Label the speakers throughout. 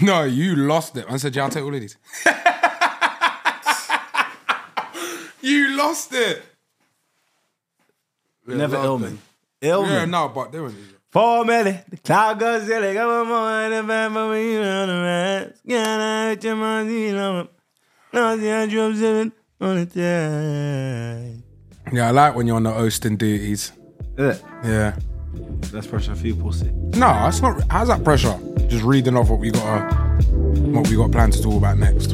Speaker 1: No, you lost it. I said, yeah, I'll take all of these. you lost it. Yeah,
Speaker 2: Never
Speaker 1: lost
Speaker 2: Illman.
Speaker 1: it. Yeah,
Speaker 2: Illman.
Speaker 1: no, but there was.
Speaker 2: Paul Melly, the cloud goes silly, go more than five for me on the rest. Gotta hit your money, you know. No, the I drop seven on the time.
Speaker 1: Yeah, I like when you're on the Austin duties. Yeah.
Speaker 2: That's pressure for you, pussy.
Speaker 1: No, that's not. How's that pressure? Just reading off what we got. Uh, what we got planned to talk about next.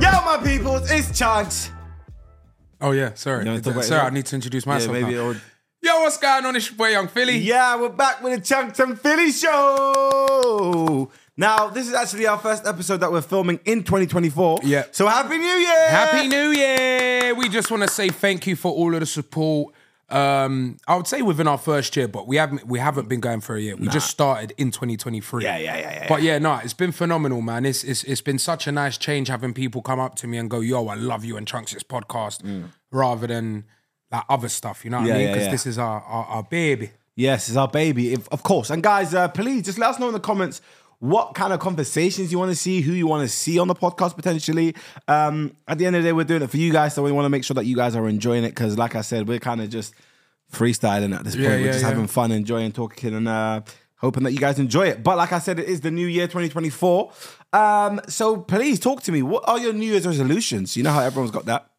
Speaker 2: Yo, my peoples, it's Chance.
Speaker 1: Oh yeah, sorry.
Speaker 2: No,
Speaker 1: It's-
Speaker 2: talk about it.
Speaker 1: sorry, I need to introduce myself.
Speaker 2: maybe
Speaker 1: now.
Speaker 2: it'll-
Speaker 1: Yo, what's going on? It's your boy Young Philly.
Speaker 2: Yeah, we're back with the Chunks and Philly show. Now, this is actually our first episode that we're filming in 2024.
Speaker 1: Yeah.
Speaker 2: So, Happy New Year!
Speaker 1: Happy New Year! We just want to say thank you for all of the support. Um, I would say within our first year, but we haven't we haven't been going for a year. We just started in 2023.
Speaker 2: Yeah, yeah, yeah, yeah,
Speaker 1: But yeah, no, it's been phenomenal, man. It's, it's it's been such a nice change having people come up to me and go, "Yo, I love you and Trunks' podcast," rather than like other stuff. You know what
Speaker 2: Mm. Yeah,
Speaker 1: I mean?
Speaker 2: yeah,
Speaker 1: Because
Speaker 2: yeah.
Speaker 1: this is our, our our baby.
Speaker 2: Yes, it's our baby, if, of course. And guys, uh, please just let us know in the comments what kind of conversations you want to see, who you want to see on the podcast potentially. Um, at the end of the day, we're doing it for you guys, so we want to make sure that you guys are enjoying it because, like I said, we're kind of just freestyling at this point.
Speaker 1: Yeah,
Speaker 2: we're
Speaker 1: yeah,
Speaker 2: just
Speaker 1: yeah.
Speaker 2: having fun, enjoying talking, and uh, hoping that you guys enjoy it. But like I said, it is the new year, 2024. Um, so please talk to me. What are your New Year's resolutions? You know how everyone's got that.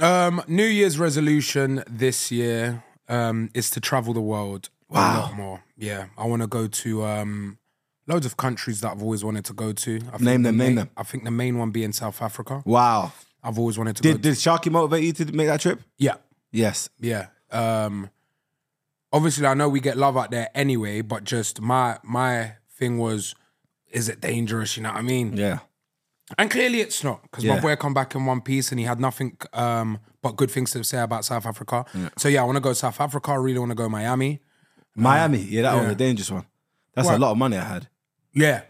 Speaker 1: Um, New Year's resolution this year um, is to travel the world a lot more. Yeah, I want to go to um, loads of countries that I've always wanted to go to. I think
Speaker 2: Name
Speaker 1: the
Speaker 2: them, name
Speaker 1: main-
Speaker 2: them.
Speaker 1: I think the main one being South Africa.
Speaker 2: Wow.
Speaker 1: I've always wanted to go.
Speaker 2: Did,
Speaker 1: To,
Speaker 2: did Sharky motivate you to make that trip?
Speaker 1: yeah,
Speaker 2: Yes.
Speaker 1: yeah. Um, obviously, I know we get love out there anyway, but just my my thing was, is it dangerous? You know what I mean?
Speaker 2: Yeah.
Speaker 1: And clearly it's not, because
Speaker 2: Yeah.
Speaker 1: my boy come back in one piece and he had nothing um, but good things to say about South Africa. So yeah, I want to go to South Africa. I really want to go to Miami.
Speaker 2: Uh, Miami, yeah, that was
Speaker 1: yeah.
Speaker 2: a dangerous one. That's a
Speaker 1: Well-
Speaker 2: lot of money I had.
Speaker 1: Yeah.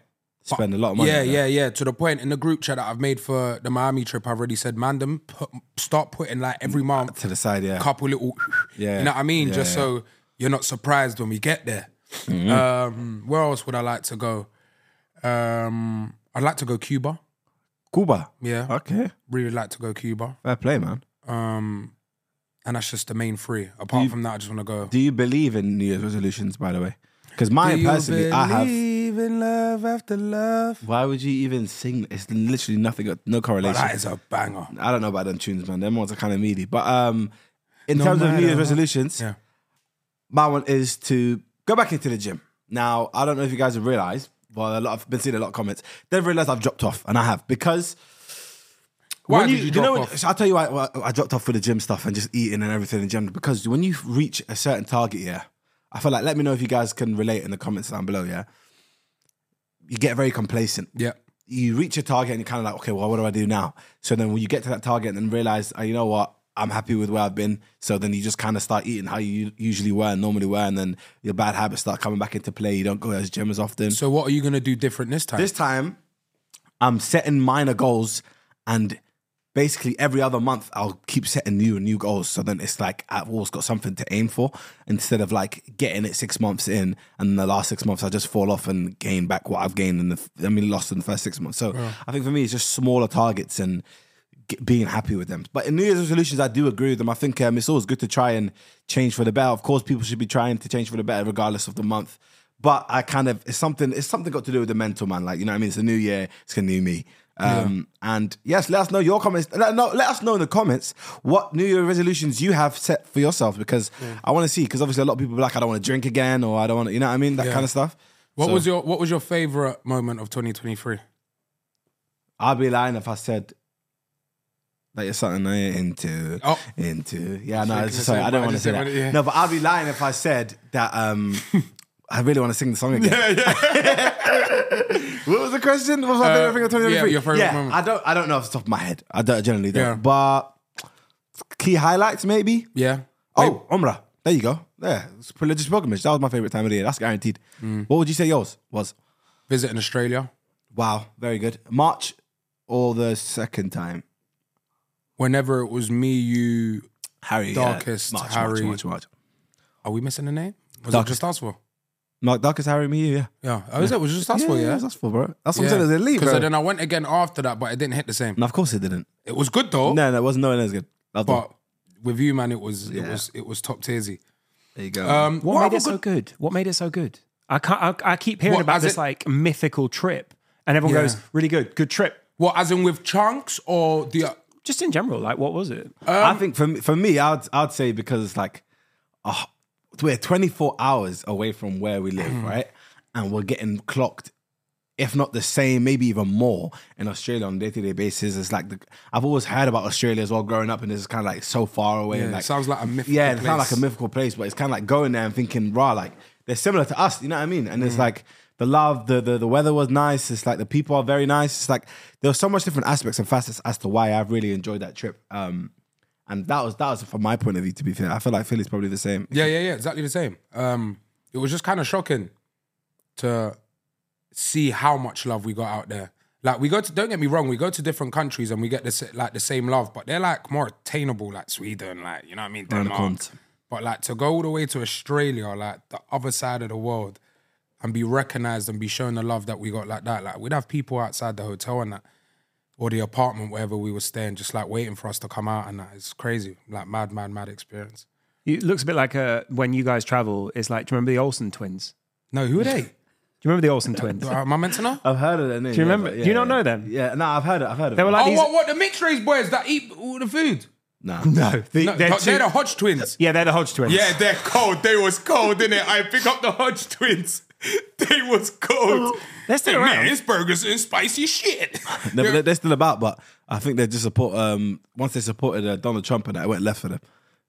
Speaker 2: Spend a lot of money.
Speaker 1: yeah,
Speaker 2: on that.
Speaker 1: yeah, yeah. To the point in the group chat that I've made for the Miami trip, I've already said, man, them put, start putting like every month
Speaker 2: To the side, Mm, yeah.
Speaker 1: a couple little,
Speaker 2: Yeah.
Speaker 1: you know what I mean?
Speaker 2: Yeah,
Speaker 1: Just
Speaker 2: yeah. Mm-hmm.
Speaker 1: so you're not surprised when we get there. Um, where else would I like to go? Um, I'd like to go Cuba.
Speaker 2: Cuba.
Speaker 1: Yeah.
Speaker 2: Okay.
Speaker 1: Really like to go Cuba.
Speaker 2: Fair play, man.
Speaker 1: Um, and that's just the main three. Apart from that, I just want to go.
Speaker 2: Do you believe in New Year's resolutions, by the way? Because mine personally, I have.
Speaker 1: in love after love.
Speaker 2: Why would you even sing? It's literally nothing, no
Speaker 1: But
Speaker 2: correlation.
Speaker 1: that is a banger.
Speaker 2: I don't know about them tunes, man. Them ones are kind of meaty. But um, in
Speaker 1: No
Speaker 2: terms of
Speaker 1: matter
Speaker 2: New Year's
Speaker 1: what-
Speaker 2: resolutions,
Speaker 1: Yeah.
Speaker 2: my one is to go back into the gym. Now, I don't know if you guys have realized, well, a lot, I've been seeing a lot of comments. They've realized I've dropped off, and I have because
Speaker 1: Why
Speaker 2: When
Speaker 1: did you
Speaker 2: do
Speaker 1: drop
Speaker 2: know,
Speaker 1: off?
Speaker 2: I'll tell you why why I dropped off for the gym stuff and just eating and everything in general. Because when you reach a certain target, yeah, I feel like let me know if you guys can relate in the comments down below. Yeah, you get very complacent.
Speaker 1: Yeah.
Speaker 2: You reach a target and you're kind of like, okay, well, what do I do now? So then when you get to that target and then realize, oh, you know what, I'm happy with where I've been. So then you just kind of start eating how you usually were and normally were, and then your bad habits start coming back into play. You don't go to the gym as often.
Speaker 1: So what are you gonna do different this time?
Speaker 2: This time, I'm setting minor goals, and basically every other month, I'll keep setting new and new goals. So then it's like I've always got something to aim for instead of like getting it six months in, and the last six months I just fall off and gain back what I've gained in the, I mean, lost in the first six months. So I think for me, it's just smaller targets and get, being happy with them. But in New Year's resolutions, I do agree with them. I think um, it's always good to try and change for the better. Of course, people should be trying to change for the better regardless of the month. But I kind of it's something it's something got to do with the mental man. Like you know what I mean? It's a new year. It's a new me. Um, And yes, let us know your comments. Let, no, let us know in the comments what New Year resolutions you have set for yourself because I want to see. Because obviously, a lot of people be like, I don't want to drink again, or I don't want to, you know what I mean? That
Speaker 1: Yeah.
Speaker 2: kind of stuff.
Speaker 1: What
Speaker 2: So,
Speaker 1: was your What was your favorite moment of 2023?
Speaker 2: I'd be lying if I said that it's something I ain't into.
Speaker 1: Oh.
Speaker 2: Into. Yeah, no,
Speaker 1: Thinking
Speaker 2: it's-
Speaker 1: the
Speaker 2: sorry,
Speaker 1: same,
Speaker 2: I don't
Speaker 1: but I
Speaker 2: want to
Speaker 1: just
Speaker 2: say
Speaker 1: said
Speaker 2: that.
Speaker 1: what- yeah.
Speaker 2: No, but I'd be lying if I said that um I really want to sing the song again. what was the question? What was my
Speaker 1: Uh,
Speaker 2: favorite thing of 2023?
Speaker 1: yeah, your favourite moment.
Speaker 2: I don't I don't know off the top of my head. I don't I generally don't.
Speaker 1: Yeah.
Speaker 2: But key highlights maybe?
Speaker 1: Yeah.
Speaker 2: Oh, Umrah. There you go. Yeah. It's religious pilgrimage. That was my favorite time of the year. That's guaranteed.
Speaker 1: Mm.
Speaker 2: What would you say yours was?
Speaker 1: Visiting Australia.
Speaker 2: Wow, very good. March or the second time?
Speaker 1: Whenever it was me, you.
Speaker 2: Harry.
Speaker 1: Darkest
Speaker 2: March,
Speaker 1: Harry.
Speaker 2: March, March, March.
Speaker 1: Are we missing a name? Was
Speaker 2: Dark-
Speaker 1: it just us for?
Speaker 2: Mark, Darkest Harry, me, yeah.
Speaker 1: Yeah. Oh, is it? Was it just us for? Yeah.
Speaker 2: That's for, bro. That's what
Speaker 1: Yeah.
Speaker 2: I'm saying. It's elite, bro.
Speaker 1: Because then I went again after that, but it didn't hit the same.
Speaker 2: no, of course it didn't.
Speaker 1: It was good though.
Speaker 2: No, no, it wasn't. No, it was good. That was
Speaker 3: Mm.
Speaker 1: But with you, man, it was it
Speaker 2: Yeah.
Speaker 1: was it was top tiersy.
Speaker 2: there you go.
Speaker 1: Um,
Speaker 3: What
Speaker 1: well,
Speaker 3: made
Speaker 1: I've
Speaker 3: it so
Speaker 1: got-
Speaker 3: good? What made it so good? I can't. I, I keep hearing
Speaker 1: What,
Speaker 3: about
Speaker 1: as
Speaker 3: this
Speaker 1: in-
Speaker 3: like mythical trip, and everyone
Speaker 1: Yeah.
Speaker 3: goes, "Really good, good trip."
Speaker 1: What, as in with chunks or the?
Speaker 3: Just in general, like, what was it?
Speaker 2: I
Speaker 1: um,
Speaker 2: think for me, for me, I'd I'd say because it's like, oh, we're 24 hours away from where we
Speaker 1: Mm.
Speaker 2: live, right? And we're getting clocked, if not the same, maybe even more in Australia on a day to day basis. It's like the, I've always heard about Australia as well growing up, and it's kind of like so far away. and
Speaker 1: Yeah, it
Speaker 2: like,
Speaker 1: sounds like a mythical
Speaker 2: Yeah, it sounds
Speaker 1: place.
Speaker 2: like a mythical place, but it's kind of like going there and thinking, rah, like they're similar to us. You know what I mean? And it's
Speaker 1: Mm.
Speaker 2: like. The love, the, the the weather was nice. It's like the people are very nice. It's like there were so much different aspects and facets as to why I've really enjoyed that trip. Um, and that was that was from my point of view. To be fair, I feel like Philly's probably the same.
Speaker 1: Yeah, yeah, yeah. Exactly the same. Um, it was just kind of shocking to see how much love we got out there. Like we go to, don't get me wrong, we go to different countries and we get the sa- like the same love, but they're like more attainable, like Sweden, like you know what I mean,
Speaker 2: Around the
Speaker 1: Denmark.
Speaker 2: cont.
Speaker 1: But like to go all the way to Australia, like the other side of the world, and be recognized and be shown the love that we got like that. Like we'd have people outside the hotel and that, or the apartment wherever we were staying, just like waiting for us to come out and that. It's crazy, like mad, mad, mad experience.
Speaker 3: It looks a bit like uh, when you guys travel. It's like, do you remember the Olsen twins?
Speaker 1: No, who are they?
Speaker 3: Do you remember the Olsen twins?
Speaker 1: Uh, Am I meant to know?
Speaker 2: I've heard of their name.
Speaker 3: Do you remember-
Speaker 2: but
Speaker 3: do you not know them?
Speaker 2: Yeah, no, I've heard it. I've heard it.
Speaker 3: They were like
Speaker 1: oh,
Speaker 3: these.
Speaker 1: what, what? The mixed race boys that eat all the food?
Speaker 2: no, no,
Speaker 3: the-
Speaker 1: No,
Speaker 3: they're
Speaker 1: they're,
Speaker 3: two-
Speaker 1: the Hodge twins.
Speaker 3: yeah, they're the Hodge twins.
Speaker 1: Yeah, they're cold. They was cold, didn't it? I pick up the Hodge twins. They was cold.
Speaker 3: They're still
Speaker 1: Hey,
Speaker 3: around.
Speaker 1: Man, this burger's in spicy shit.
Speaker 2: no, but they're, they're still about. But I think they just support. Um, once they supported uh, Donald Trump and that, it went left for them.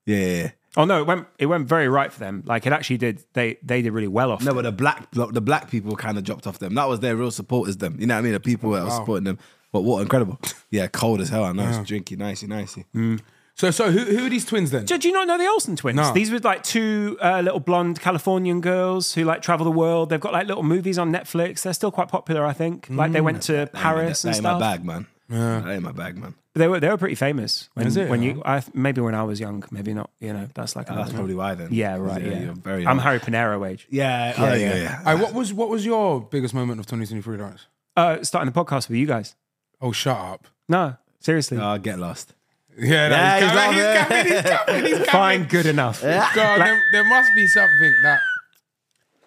Speaker 2: Yeah, yeah, yeah.
Speaker 3: Oh no, it went it went very right for them. Like it actually did. They they did really well off.
Speaker 2: no, but the black the black people kind of dropped off them. That was their real supporters. Them, you know what I mean? The people that were supporting them. But what incredible! Yeah, cold as hell. I know. It's drinky, nicey, nicey.
Speaker 3: Mm.
Speaker 1: so, so who, who are these twins then?
Speaker 3: Did you not know the Olsen twins?
Speaker 1: No.
Speaker 3: These were like two uh, little blonde Californian girls who like travel the world. They've got like little movies on Netflix. They're still quite popular, I think. Like they went to Paris
Speaker 2: that,
Speaker 3: and
Speaker 2: that ain't my
Speaker 3: stuff.
Speaker 2: bag, man. That ain't my bag, man.
Speaker 3: But they were they were pretty famous when,
Speaker 1: Is it?
Speaker 3: when you I, maybe when I was young, maybe not. You know, that's like
Speaker 2: Oh, That's probably why then. uh,
Speaker 3: yeah, right. Yeah,
Speaker 2: you're very.
Speaker 3: I'm Harry Panero age.
Speaker 2: Yeah, oh, yeah, yeah.
Speaker 1: Aye, what was what was your biggest moment of 2023, Lawrence?
Speaker 3: Uh, starting the podcast with you guys.
Speaker 1: Oh, shut up.
Speaker 3: No, seriously,
Speaker 2: Oh, get lost.
Speaker 1: Yeah,
Speaker 2: Yeah, he's
Speaker 1: that
Speaker 2: laughing.
Speaker 1: was he's, coming, he's coming. He's coming.
Speaker 3: fine, good enough.
Speaker 1: God, there, there must be something that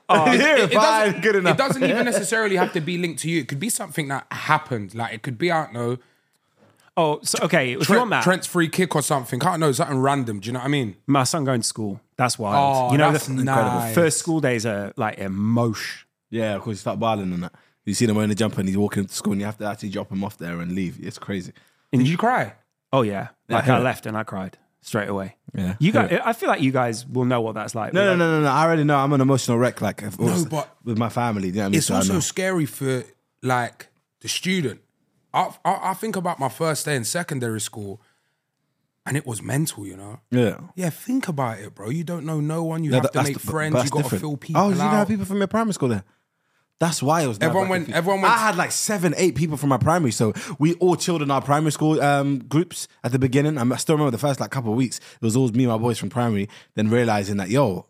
Speaker 3: Oh,
Speaker 2: it,
Speaker 1: doesn't- It doesn't even necessarily have to be linked to you. It could be something that happened. Like it could be, I don't know,
Speaker 3: Oh, so, okay. If you want
Speaker 1: Trent,
Speaker 3: that,
Speaker 1: Trent's free kick or something. I don't know, something random. Do you know what I mean?
Speaker 3: my son going to school. That's wild.
Speaker 1: Oh,
Speaker 3: you know,
Speaker 1: that's
Speaker 3: the incredible.
Speaker 1: nice.
Speaker 3: first school days are like emotion.
Speaker 2: Yeah, of course, you start wilding and that. You see them wearing the jumper and he's walking to school and you have to actually drop him off there and leave. It's crazy.
Speaker 1: Did you cry?
Speaker 3: Oh yeah, like
Speaker 2: hear
Speaker 3: I
Speaker 2: it.
Speaker 3: left and I cried straight away.
Speaker 2: Yeah,
Speaker 3: you
Speaker 2: hear
Speaker 3: guys. I feel like you guys will know what that's like.
Speaker 2: No, no,
Speaker 3: Like,
Speaker 2: no, no, no. I already know I'm an emotional wreck, like if it was
Speaker 1: but-
Speaker 2: with my family. You know what I mean?
Speaker 1: It's
Speaker 2: So I
Speaker 1: also
Speaker 2: know.
Speaker 1: scary for like the student. I, I I think about my first day in secondary school, and it was mental. You know.
Speaker 2: yeah.
Speaker 1: Yeah, think about it, bro. You don't know no one. You
Speaker 2: Yeah,
Speaker 1: have
Speaker 2: that-
Speaker 1: to
Speaker 2: that's
Speaker 1: make
Speaker 2: the- but
Speaker 1: friends.
Speaker 2: that's
Speaker 1: You got to
Speaker 2: different.
Speaker 1: fill people
Speaker 2: Oh, you didn't
Speaker 1: out.
Speaker 2: have people from your primary school there. That's why it was.
Speaker 1: Everyone
Speaker 2: nerve-wracking
Speaker 1: went-
Speaker 2: for you.
Speaker 1: everyone went-
Speaker 2: I had like seven, eight people from my primary, so we all chilled in our primary school um, groups at the beginning. I'm- I still remember the first like couple of weeks. It was always me, and my boys from primary. Then realizing that yo,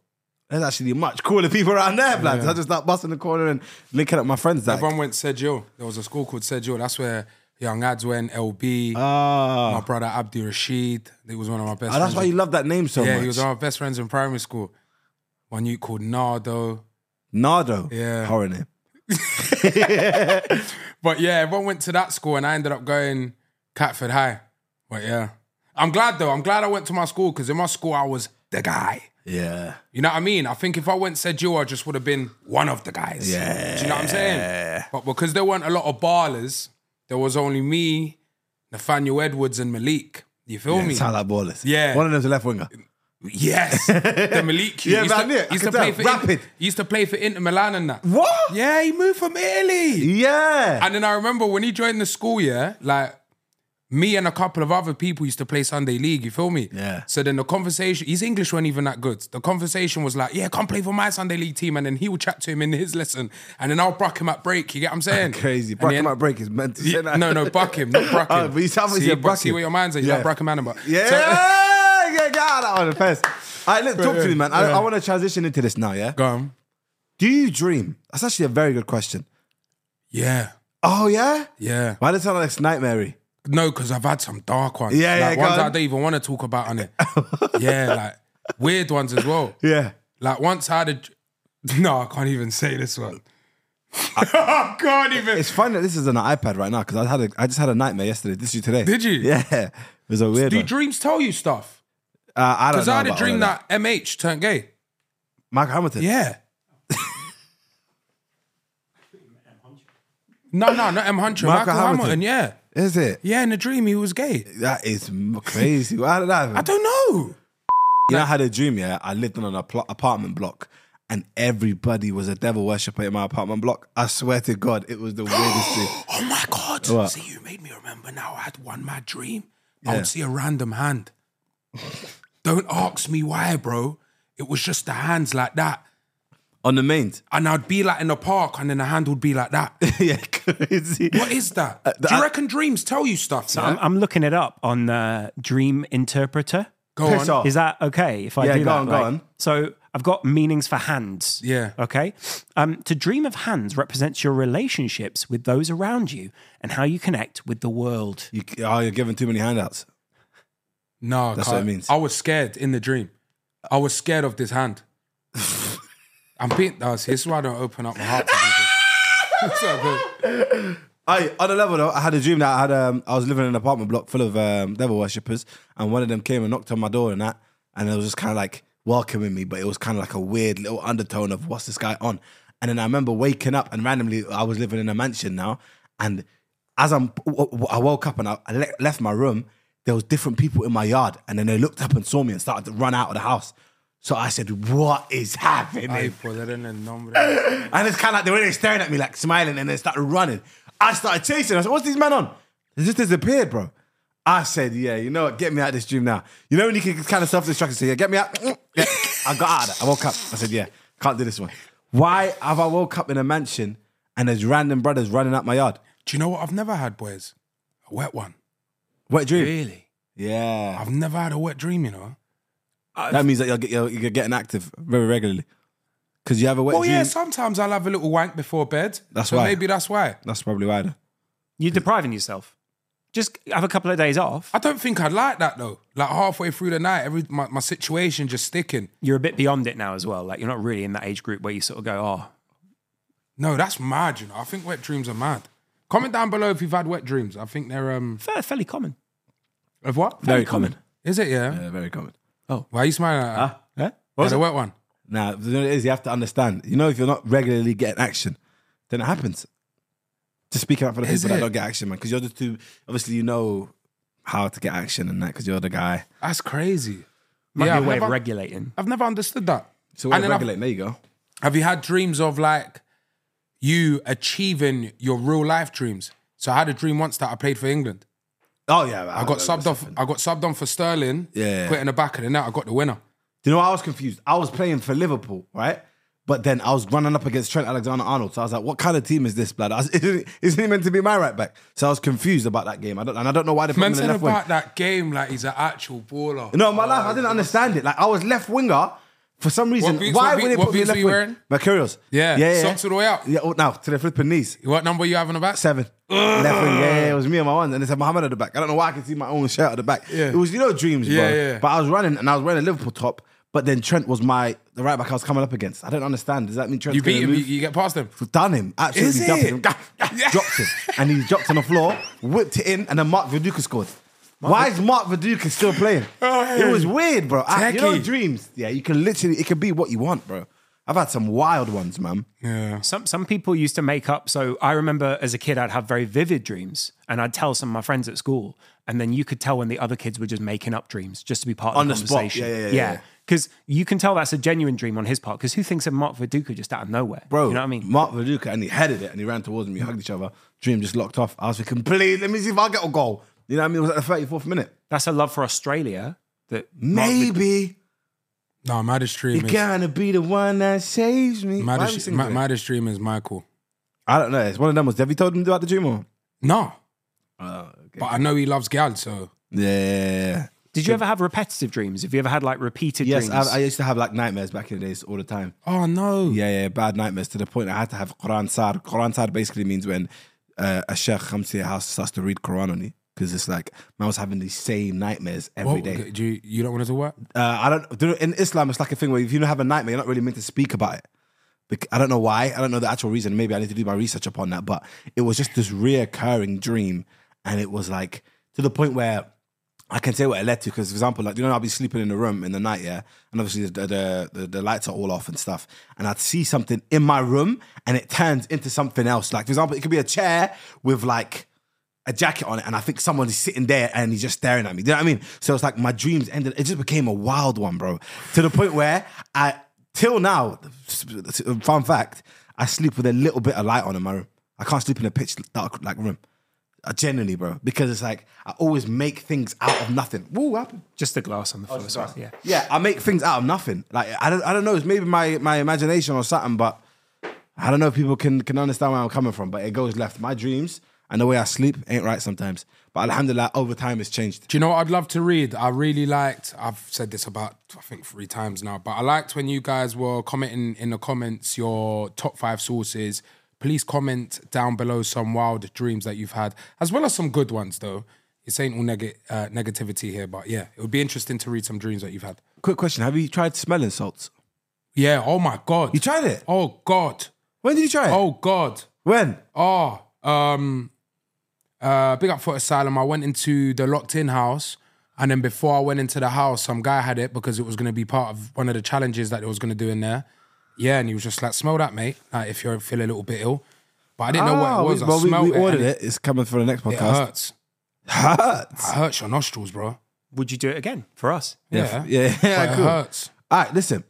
Speaker 2: there's actually much cooler people around there, blabs. I just start busting the corner and linking up my friends. Like,
Speaker 1: Everyone went Sergio. There was a school called Sergio. That's where young ads went. LB.
Speaker 2: Ah.
Speaker 1: my brother Abdi Rashid. He was one of my best.
Speaker 2: Oh, that's
Speaker 1: friends
Speaker 2: why
Speaker 1: in-
Speaker 2: you love that name so
Speaker 1: yeah,
Speaker 2: much.
Speaker 1: he was one of my best friends in primary school. One you called Nardo.
Speaker 2: Nardo.
Speaker 1: Yeah.
Speaker 2: Horror name.
Speaker 1: But yeah, everyone went to that school, and I ended up going Catford High. But yeah, I'm glad though. I'm glad I went to my school because in my school I was the guy.
Speaker 2: Yeah.
Speaker 1: You know what I mean? I think if I went said you, I just would have been one of the guys.
Speaker 2: Yeah.
Speaker 1: Do you know what I'm saying? But because there weren't a lot of ballers, there was only me, Nathaniel Edwards, and Malik. You feel me?
Speaker 2: Sound like ballers.
Speaker 1: Yeah.
Speaker 2: One of them's a left winger.
Speaker 1: Yes, the Malik. kid.
Speaker 2: Yeah,
Speaker 1: He
Speaker 2: man,
Speaker 1: used to,
Speaker 2: yeah, I
Speaker 1: he used to
Speaker 2: can
Speaker 1: play
Speaker 2: tell.
Speaker 1: for Inter-
Speaker 2: Rapid.
Speaker 1: he used to play for Inter Milan and that.
Speaker 2: What?
Speaker 1: Yeah, he moved from Italy.
Speaker 2: Yeah.
Speaker 1: And then I remember when he joined the school, yeah, like me and a couple of other people used to play Sunday league. You feel me?
Speaker 2: Yeah.
Speaker 1: So then the conversation, his English wasn't even that good. The conversation was like, "Yeah, come play for my Sunday league team," and then he would chat to him in his lesson, and then I'll bruck him at break. You get what I'm saying?
Speaker 2: Crazy.
Speaker 1: And
Speaker 2: Brack
Speaker 1: then-
Speaker 2: him at break is meant to say
Speaker 1: Yeah,
Speaker 2: that.
Speaker 1: no, no, buck him, not bruck him.
Speaker 2: Oh, but you sound like
Speaker 1: see,
Speaker 2: you said
Speaker 1: but
Speaker 2: buck
Speaker 1: see
Speaker 2: him.
Speaker 1: what your man's at. You're like, "Brack him, man, but-"
Speaker 2: Yeah.
Speaker 1: So- uh,
Speaker 2: yeah, get out of that one first. All right, look, talk to me, man. I, I want to transition into this now, yeah?
Speaker 1: go on.
Speaker 2: Do you dream? That's actually a very good question.
Speaker 1: Yeah,
Speaker 2: Oh, yeah?
Speaker 1: yeah.
Speaker 2: Why does it sound like it's nightmare?
Speaker 1: No, because I've had some dark ones.
Speaker 2: Yeah,
Speaker 1: like,
Speaker 2: yeah, go
Speaker 1: Ones
Speaker 2: on.
Speaker 1: I don't even want to talk about on it. yeah, like weird ones as well.
Speaker 2: Yeah.
Speaker 1: Like once I had a. dr- No, I can't even say this one. I can't even.
Speaker 2: It's funny that this is on an iPad right now because I had a, I just had a nightmare yesterday. This is today.
Speaker 1: Did you?
Speaker 2: Yeah. It was a weird
Speaker 1: Do
Speaker 2: one.
Speaker 1: dreams tell you stuff?
Speaker 2: uh, I don't
Speaker 1: Because
Speaker 2: know.
Speaker 1: I had a
Speaker 2: about all
Speaker 1: dream
Speaker 2: of
Speaker 1: that MH turned gay.
Speaker 2: Mark Hamilton.
Speaker 1: Yeah. no, no, not M. Hunter.
Speaker 2: Michael
Speaker 1: Michael, Hamilton.
Speaker 2: Hamilton.
Speaker 1: Yeah.
Speaker 2: Is it?
Speaker 1: Yeah, in a dream he was gay.
Speaker 2: That is m- crazy. Why did that happen?
Speaker 1: I don't know.
Speaker 2: You know, I had a dream, yeah. I lived in an apl- apartment block and everybody was a devil worshipper in my apartment block. I swear to God, it was the weirdest dream.
Speaker 1: Oh my God.
Speaker 2: What?
Speaker 1: See, you made me remember now. I had one mad dream. I
Speaker 2: Yeah.
Speaker 1: would see a random hand. don't ask me why, bro. It was just the hands like that.
Speaker 2: On the mains.
Speaker 1: and I'd be like in the park, and then the hand would be like that.
Speaker 2: yeah, crazy.
Speaker 1: What is that?
Speaker 2: Uh,
Speaker 1: Do you
Speaker 2: I-
Speaker 1: reckon dreams tell you stuff?
Speaker 3: So
Speaker 1: man?
Speaker 3: I'm, I'm looking it up on uh, Dream Interpreter.
Speaker 1: Go
Speaker 2: Piss
Speaker 1: on.
Speaker 2: off.
Speaker 3: Is that okay if I
Speaker 2: Yeah,
Speaker 3: do
Speaker 2: go
Speaker 3: that?
Speaker 2: on, go on.
Speaker 3: So I've got meanings for hands.
Speaker 1: Yeah.
Speaker 3: Okay. Um, to dream of hands represents your relationships with those around you and how you connect with the world.
Speaker 2: You, oh, you're giving too many handouts.
Speaker 1: No,
Speaker 2: That's
Speaker 1: Carl,
Speaker 2: what it means.
Speaker 1: I was scared in the dream. I was scared of this hand. I'm being. Oh, see, this is why I don't open up my heart. To people. It's so good.
Speaker 2: I, on a level though, I had a dream that I had. Um, I was living in an apartment block full of um, devil worshippers, and one of them came and knocked on my door and that, and it was just kind of like welcoming me, but it was kind of like a weird little undertone of what's this guy on? And then I remember waking up and randomly I was living in a mansion now, and as I'm, I woke up and I I le- left my room. There was different people in my yard, and then they looked up and saw me and started to run out of the house. So I said, "What is happening?"
Speaker 1: Ay, poder en el nombre de-
Speaker 2: And it's kind of like they were really staring at me, like smiling, and they started running. I started chasing. I said, What's these man on? They just disappeared, bro. I said, Yeah, you know what? Get me out of this dream now. You know when you can kind of self destruct and say, Yeah, get me out. Yeah. I got out of that. I woke up. I said, Yeah, can't do this one. Why have I woke up in a mansion and there's random brothers running up my yard?
Speaker 1: Do you know what? I've never had boys. A wet one.
Speaker 2: Wet dream.
Speaker 1: Really?
Speaker 2: Yeah.
Speaker 1: I've never had a wet dream. You know.
Speaker 2: that means that you're, get- you're, you're getting active very regularly because you have a wet
Speaker 1: Well,
Speaker 2: dream.
Speaker 1: yeah. Sometimes I'll have a little wank before bed.
Speaker 2: That's
Speaker 1: so
Speaker 2: why.
Speaker 1: Maybe that's why.
Speaker 2: That's probably why. though.
Speaker 3: You're depriving yourself. Just have a couple of days off.
Speaker 1: I don't think I'd like that though. Like halfway through the night, every my, my situation just sticking.
Speaker 3: You're a bit beyond it now as well. Like you're not really in that age group where you sort of go, oh,
Speaker 1: No, that's mad. You know, I think wet dreams are mad. Comment down below if you've had wet dreams. I think they're um
Speaker 3: fair, fairly common.
Speaker 1: of what?
Speaker 2: Very common.
Speaker 1: Is it? Yeah.
Speaker 2: Yeah, very common.
Speaker 1: Why are you smiling? At that?
Speaker 2: Yeah?
Speaker 1: Yeah, the wet one.
Speaker 2: Now, you know what it is, you have to understand. You know, if you're not regularly getting action, then it happens. Just speaking up for the
Speaker 1: Is it?
Speaker 2: people that don't get action, man, because you're just too, obviously, you know how to get action and that because you're the guy.
Speaker 1: That's crazy.
Speaker 3: Might
Speaker 1: yeah,
Speaker 3: be a way
Speaker 1: I've,
Speaker 3: of
Speaker 1: never,
Speaker 3: regulating.
Speaker 1: I've never understood that.
Speaker 2: So we're
Speaker 1: And then I've-
Speaker 2: regulating. There you go.
Speaker 1: Have you had dreams of like you achieving your real life dreams? So I had a dream once that I played for England.
Speaker 2: Oh, yeah.
Speaker 1: I got subbed off. I got subbed on for Sterling.
Speaker 2: Yeah.
Speaker 1: Quit in the back of the net. I got the winner.
Speaker 2: Do you know what? I was confused? I was playing for Liverpool, right? But then I was running up against Trent Alexander Arnold. So I was like, what kind of team is this, blood? I was, isn't, isn't he meant to be my right back? So I was confused about that game. I don't, and I don't know why they put
Speaker 1: Man
Speaker 2: him in
Speaker 1: said
Speaker 2: the left
Speaker 1: about
Speaker 2: wing.
Speaker 1: that game like he's an actual baller.
Speaker 2: No, my life, I didn't understand it. Like I was left winger for some reason.
Speaker 1: boots-
Speaker 2: Why
Speaker 1: Oh, what
Speaker 2: would
Speaker 1: boot-
Speaker 2: they
Speaker 1: what
Speaker 2: put me
Speaker 1: boots
Speaker 2: left
Speaker 1: were you
Speaker 2: wing?
Speaker 1: wearing?
Speaker 2: Mercurials.
Speaker 1: Yeah,
Speaker 2: yeah, yeah.
Speaker 1: socks all the way out.
Speaker 2: Yeah, oh, now to the flipping knees.
Speaker 1: What number you having about?
Speaker 2: Seven. left wing. Yeah, yeah, it was me and my one, and they said Mohammed at the back. I don't know why I can see my own shirt at the back.
Speaker 1: Yeah.
Speaker 2: It was you know dreams,
Speaker 1: Yeah,
Speaker 2: bro.
Speaker 1: yeah.
Speaker 2: But I was running and I was wearing a Liverpool top. But then Trent was my the right back I was coming up against. I don't understand. Does that mean Trent?
Speaker 1: You beat him, you, you get past him.
Speaker 2: done him, absolutely
Speaker 1: Is
Speaker 2: dumped
Speaker 1: it?
Speaker 2: him,
Speaker 1: Yeah.
Speaker 2: dropped him, and he's dropped on the floor, whipped it in, and then Mark Viduka scored. Why is Mark Viduka still playing?
Speaker 1: Oh, Hey.
Speaker 2: It was weird, bro. I, you know,
Speaker 1: Techie.
Speaker 2: dreams. Yeah, you can literally, it can be what you want, bro. I've had some wild ones, man.
Speaker 1: Yeah.
Speaker 3: Some some people used to make up. So I remember as a kid, I'd have very vivid dreams, and I'd tell some of my friends at school, and then you could tell when the other kids were just making up dreams just to be part of
Speaker 2: On
Speaker 3: the,
Speaker 2: the spot.
Speaker 3: conversation.
Speaker 2: Yeah, yeah, yeah, yeah.
Speaker 3: Because you can tell that's a genuine dream on his part. Because who thinks of Mark Viduka just out of nowhere,
Speaker 2: Bro,
Speaker 3: You know what I mean?
Speaker 2: Mark Viduka, and he headed it, and he ran towards me, hugged each other. Dream just locked off. I was thinking, please, let me see if I get a goal. You know what I mean? It was at the 34th minute.
Speaker 3: That's a love for Australia. That Mark Viduka-
Speaker 2: Maybe
Speaker 1: No, Maddest
Speaker 2: you're
Speaker 1: Dream is
Speaker 2: gonna be the one that saves me. Why are we
Speaker 1: Maddest,
Speaker 2: singing
Speaker 1: Ma-
Speaker 2: it?
Speaker 1: Maddest Dream is Michael.
Speaker 2: I don't know. It's one of them. Was have you told him about the dream or?
Speaker 1: No,
Speaker 2: Oh,
Speaker 3: Uh,
Speaker 2: okay.
Speaker 1: but I know he loves Gal, so
Speaker 2: Yeah, yeah, yeah.
Speaker 3: Did you ever have repetitive dreams? Have you ever had like repeated
Speaker 2: Yes,
Speaker 3: dreams?
Speaker 2: I, I used to have like nightmares back in the days all the time.
Speaker 1: oh no.
Speaker 2: Yeah, yeah, bad nightmares to the point I had to have Quran Sar. Quran Sar basically means when uh, a Sheikh comes to your house and starts to read Quran on you. Because it's like, man was having these same nightmares every
Speaker 1: What,
Speaker 2: day.
Speaker 1: do you, you don't want us to work?
Speaker 2: Uh, I don't, do you know, in Islam, it's like a thing where if you don't have a nightmare, you're not really meant to speak about it. Bec- I don't know why. I don't know the actual reason. Maybe I need to do my research upon that. But it was just this reoccurring dream. And it was like to the point where I can say what it led to. Because, for example, like, you know, I'll be sleeping in the room in the night, yeah? And obviously the, the, the, the lights are all off and stuff. And I'd see something in my room and it turns into something else. Like, for example, it could be a chair with like, a jacket on it, and I think someone is sitting there and he's just staring at me. Do you know what I mean? So it's like my dreams ended. It just became a wild one, bro. To the point where I, till now, fun fact, I sleep with a little bit of light on in my room. I can't sleep in a pitch dark like room. Uh, generally, bro, because it's like I always make things out of nothing. Woo, what happened?
Speaker 3: just the glass
Speaker 2: Oh,
Speaker 3: on the floor. sorry. Yeah.
Speaker 2: Yeah, I make things out of nothing. Like I don't, I don't know. It's maybe my my imagination or something, but I don't know if people can can understand where I'm coming from. But it goes left. My dreams and the way I sleep ain't right sometimes. But Alhamdulillah, over time it's changed.
Speaker 1: Do you know what I'd love to read? I really liked, I've said this about, I think, three times now, but I liked when you guys were commenting in the comments your top five sources. Please comment down below some wild dreams that you've had, as well as some good ones, though. It's ain't all neg- uh, negativity here, but yeah, it would be interesting to read some dreams that you've had.
Speaker 2: Quick question: Have you tried smelling salts?
Speaker 1: Yeah, oh my God.
Speaker 2: You tried it?
Speaker 1: Oh God.
Speaker 2: When did you try it?
Speaker 1: Oh God.
Speaker 2: when?
Speaker 1: Oh, um, uh, big up for asylum. I went into the locked in house, and then before I went into the house, some guy had it because it was going to be part of one of the challenges that they was going to do in there. Yeah, and he was just like, "Smell that, mate. Like, if you feel a little bit ill." But I didn't know what
Speaker 2: Ah,
Speaker 1: it was.
Speaker 2: we-
Speaker 1: I
Speaker 2: well, we,
Speaker 1: smelled
Speaker 2: we
Speaker 1: it.
Speaker 2: ordered
Speaker 1: and
Speaker 2: it. It's coming for the next
Speaker 1: It
Speaker 2: podcast.
Speaker 1: hurts.
Speaker 2: Hurts.
Speaker 1: It hurts your nostrils, bro.
Speaker 3: Would you do it again for us?
Speaker 1: Yeah,
Speaker 2: Yeah,
Speaker 1: But
Speaker 2: yeah,
Speaker 1: it
Speaker 2: cool.
Speaker 1: hurts.
Speaker 2: All right, listen.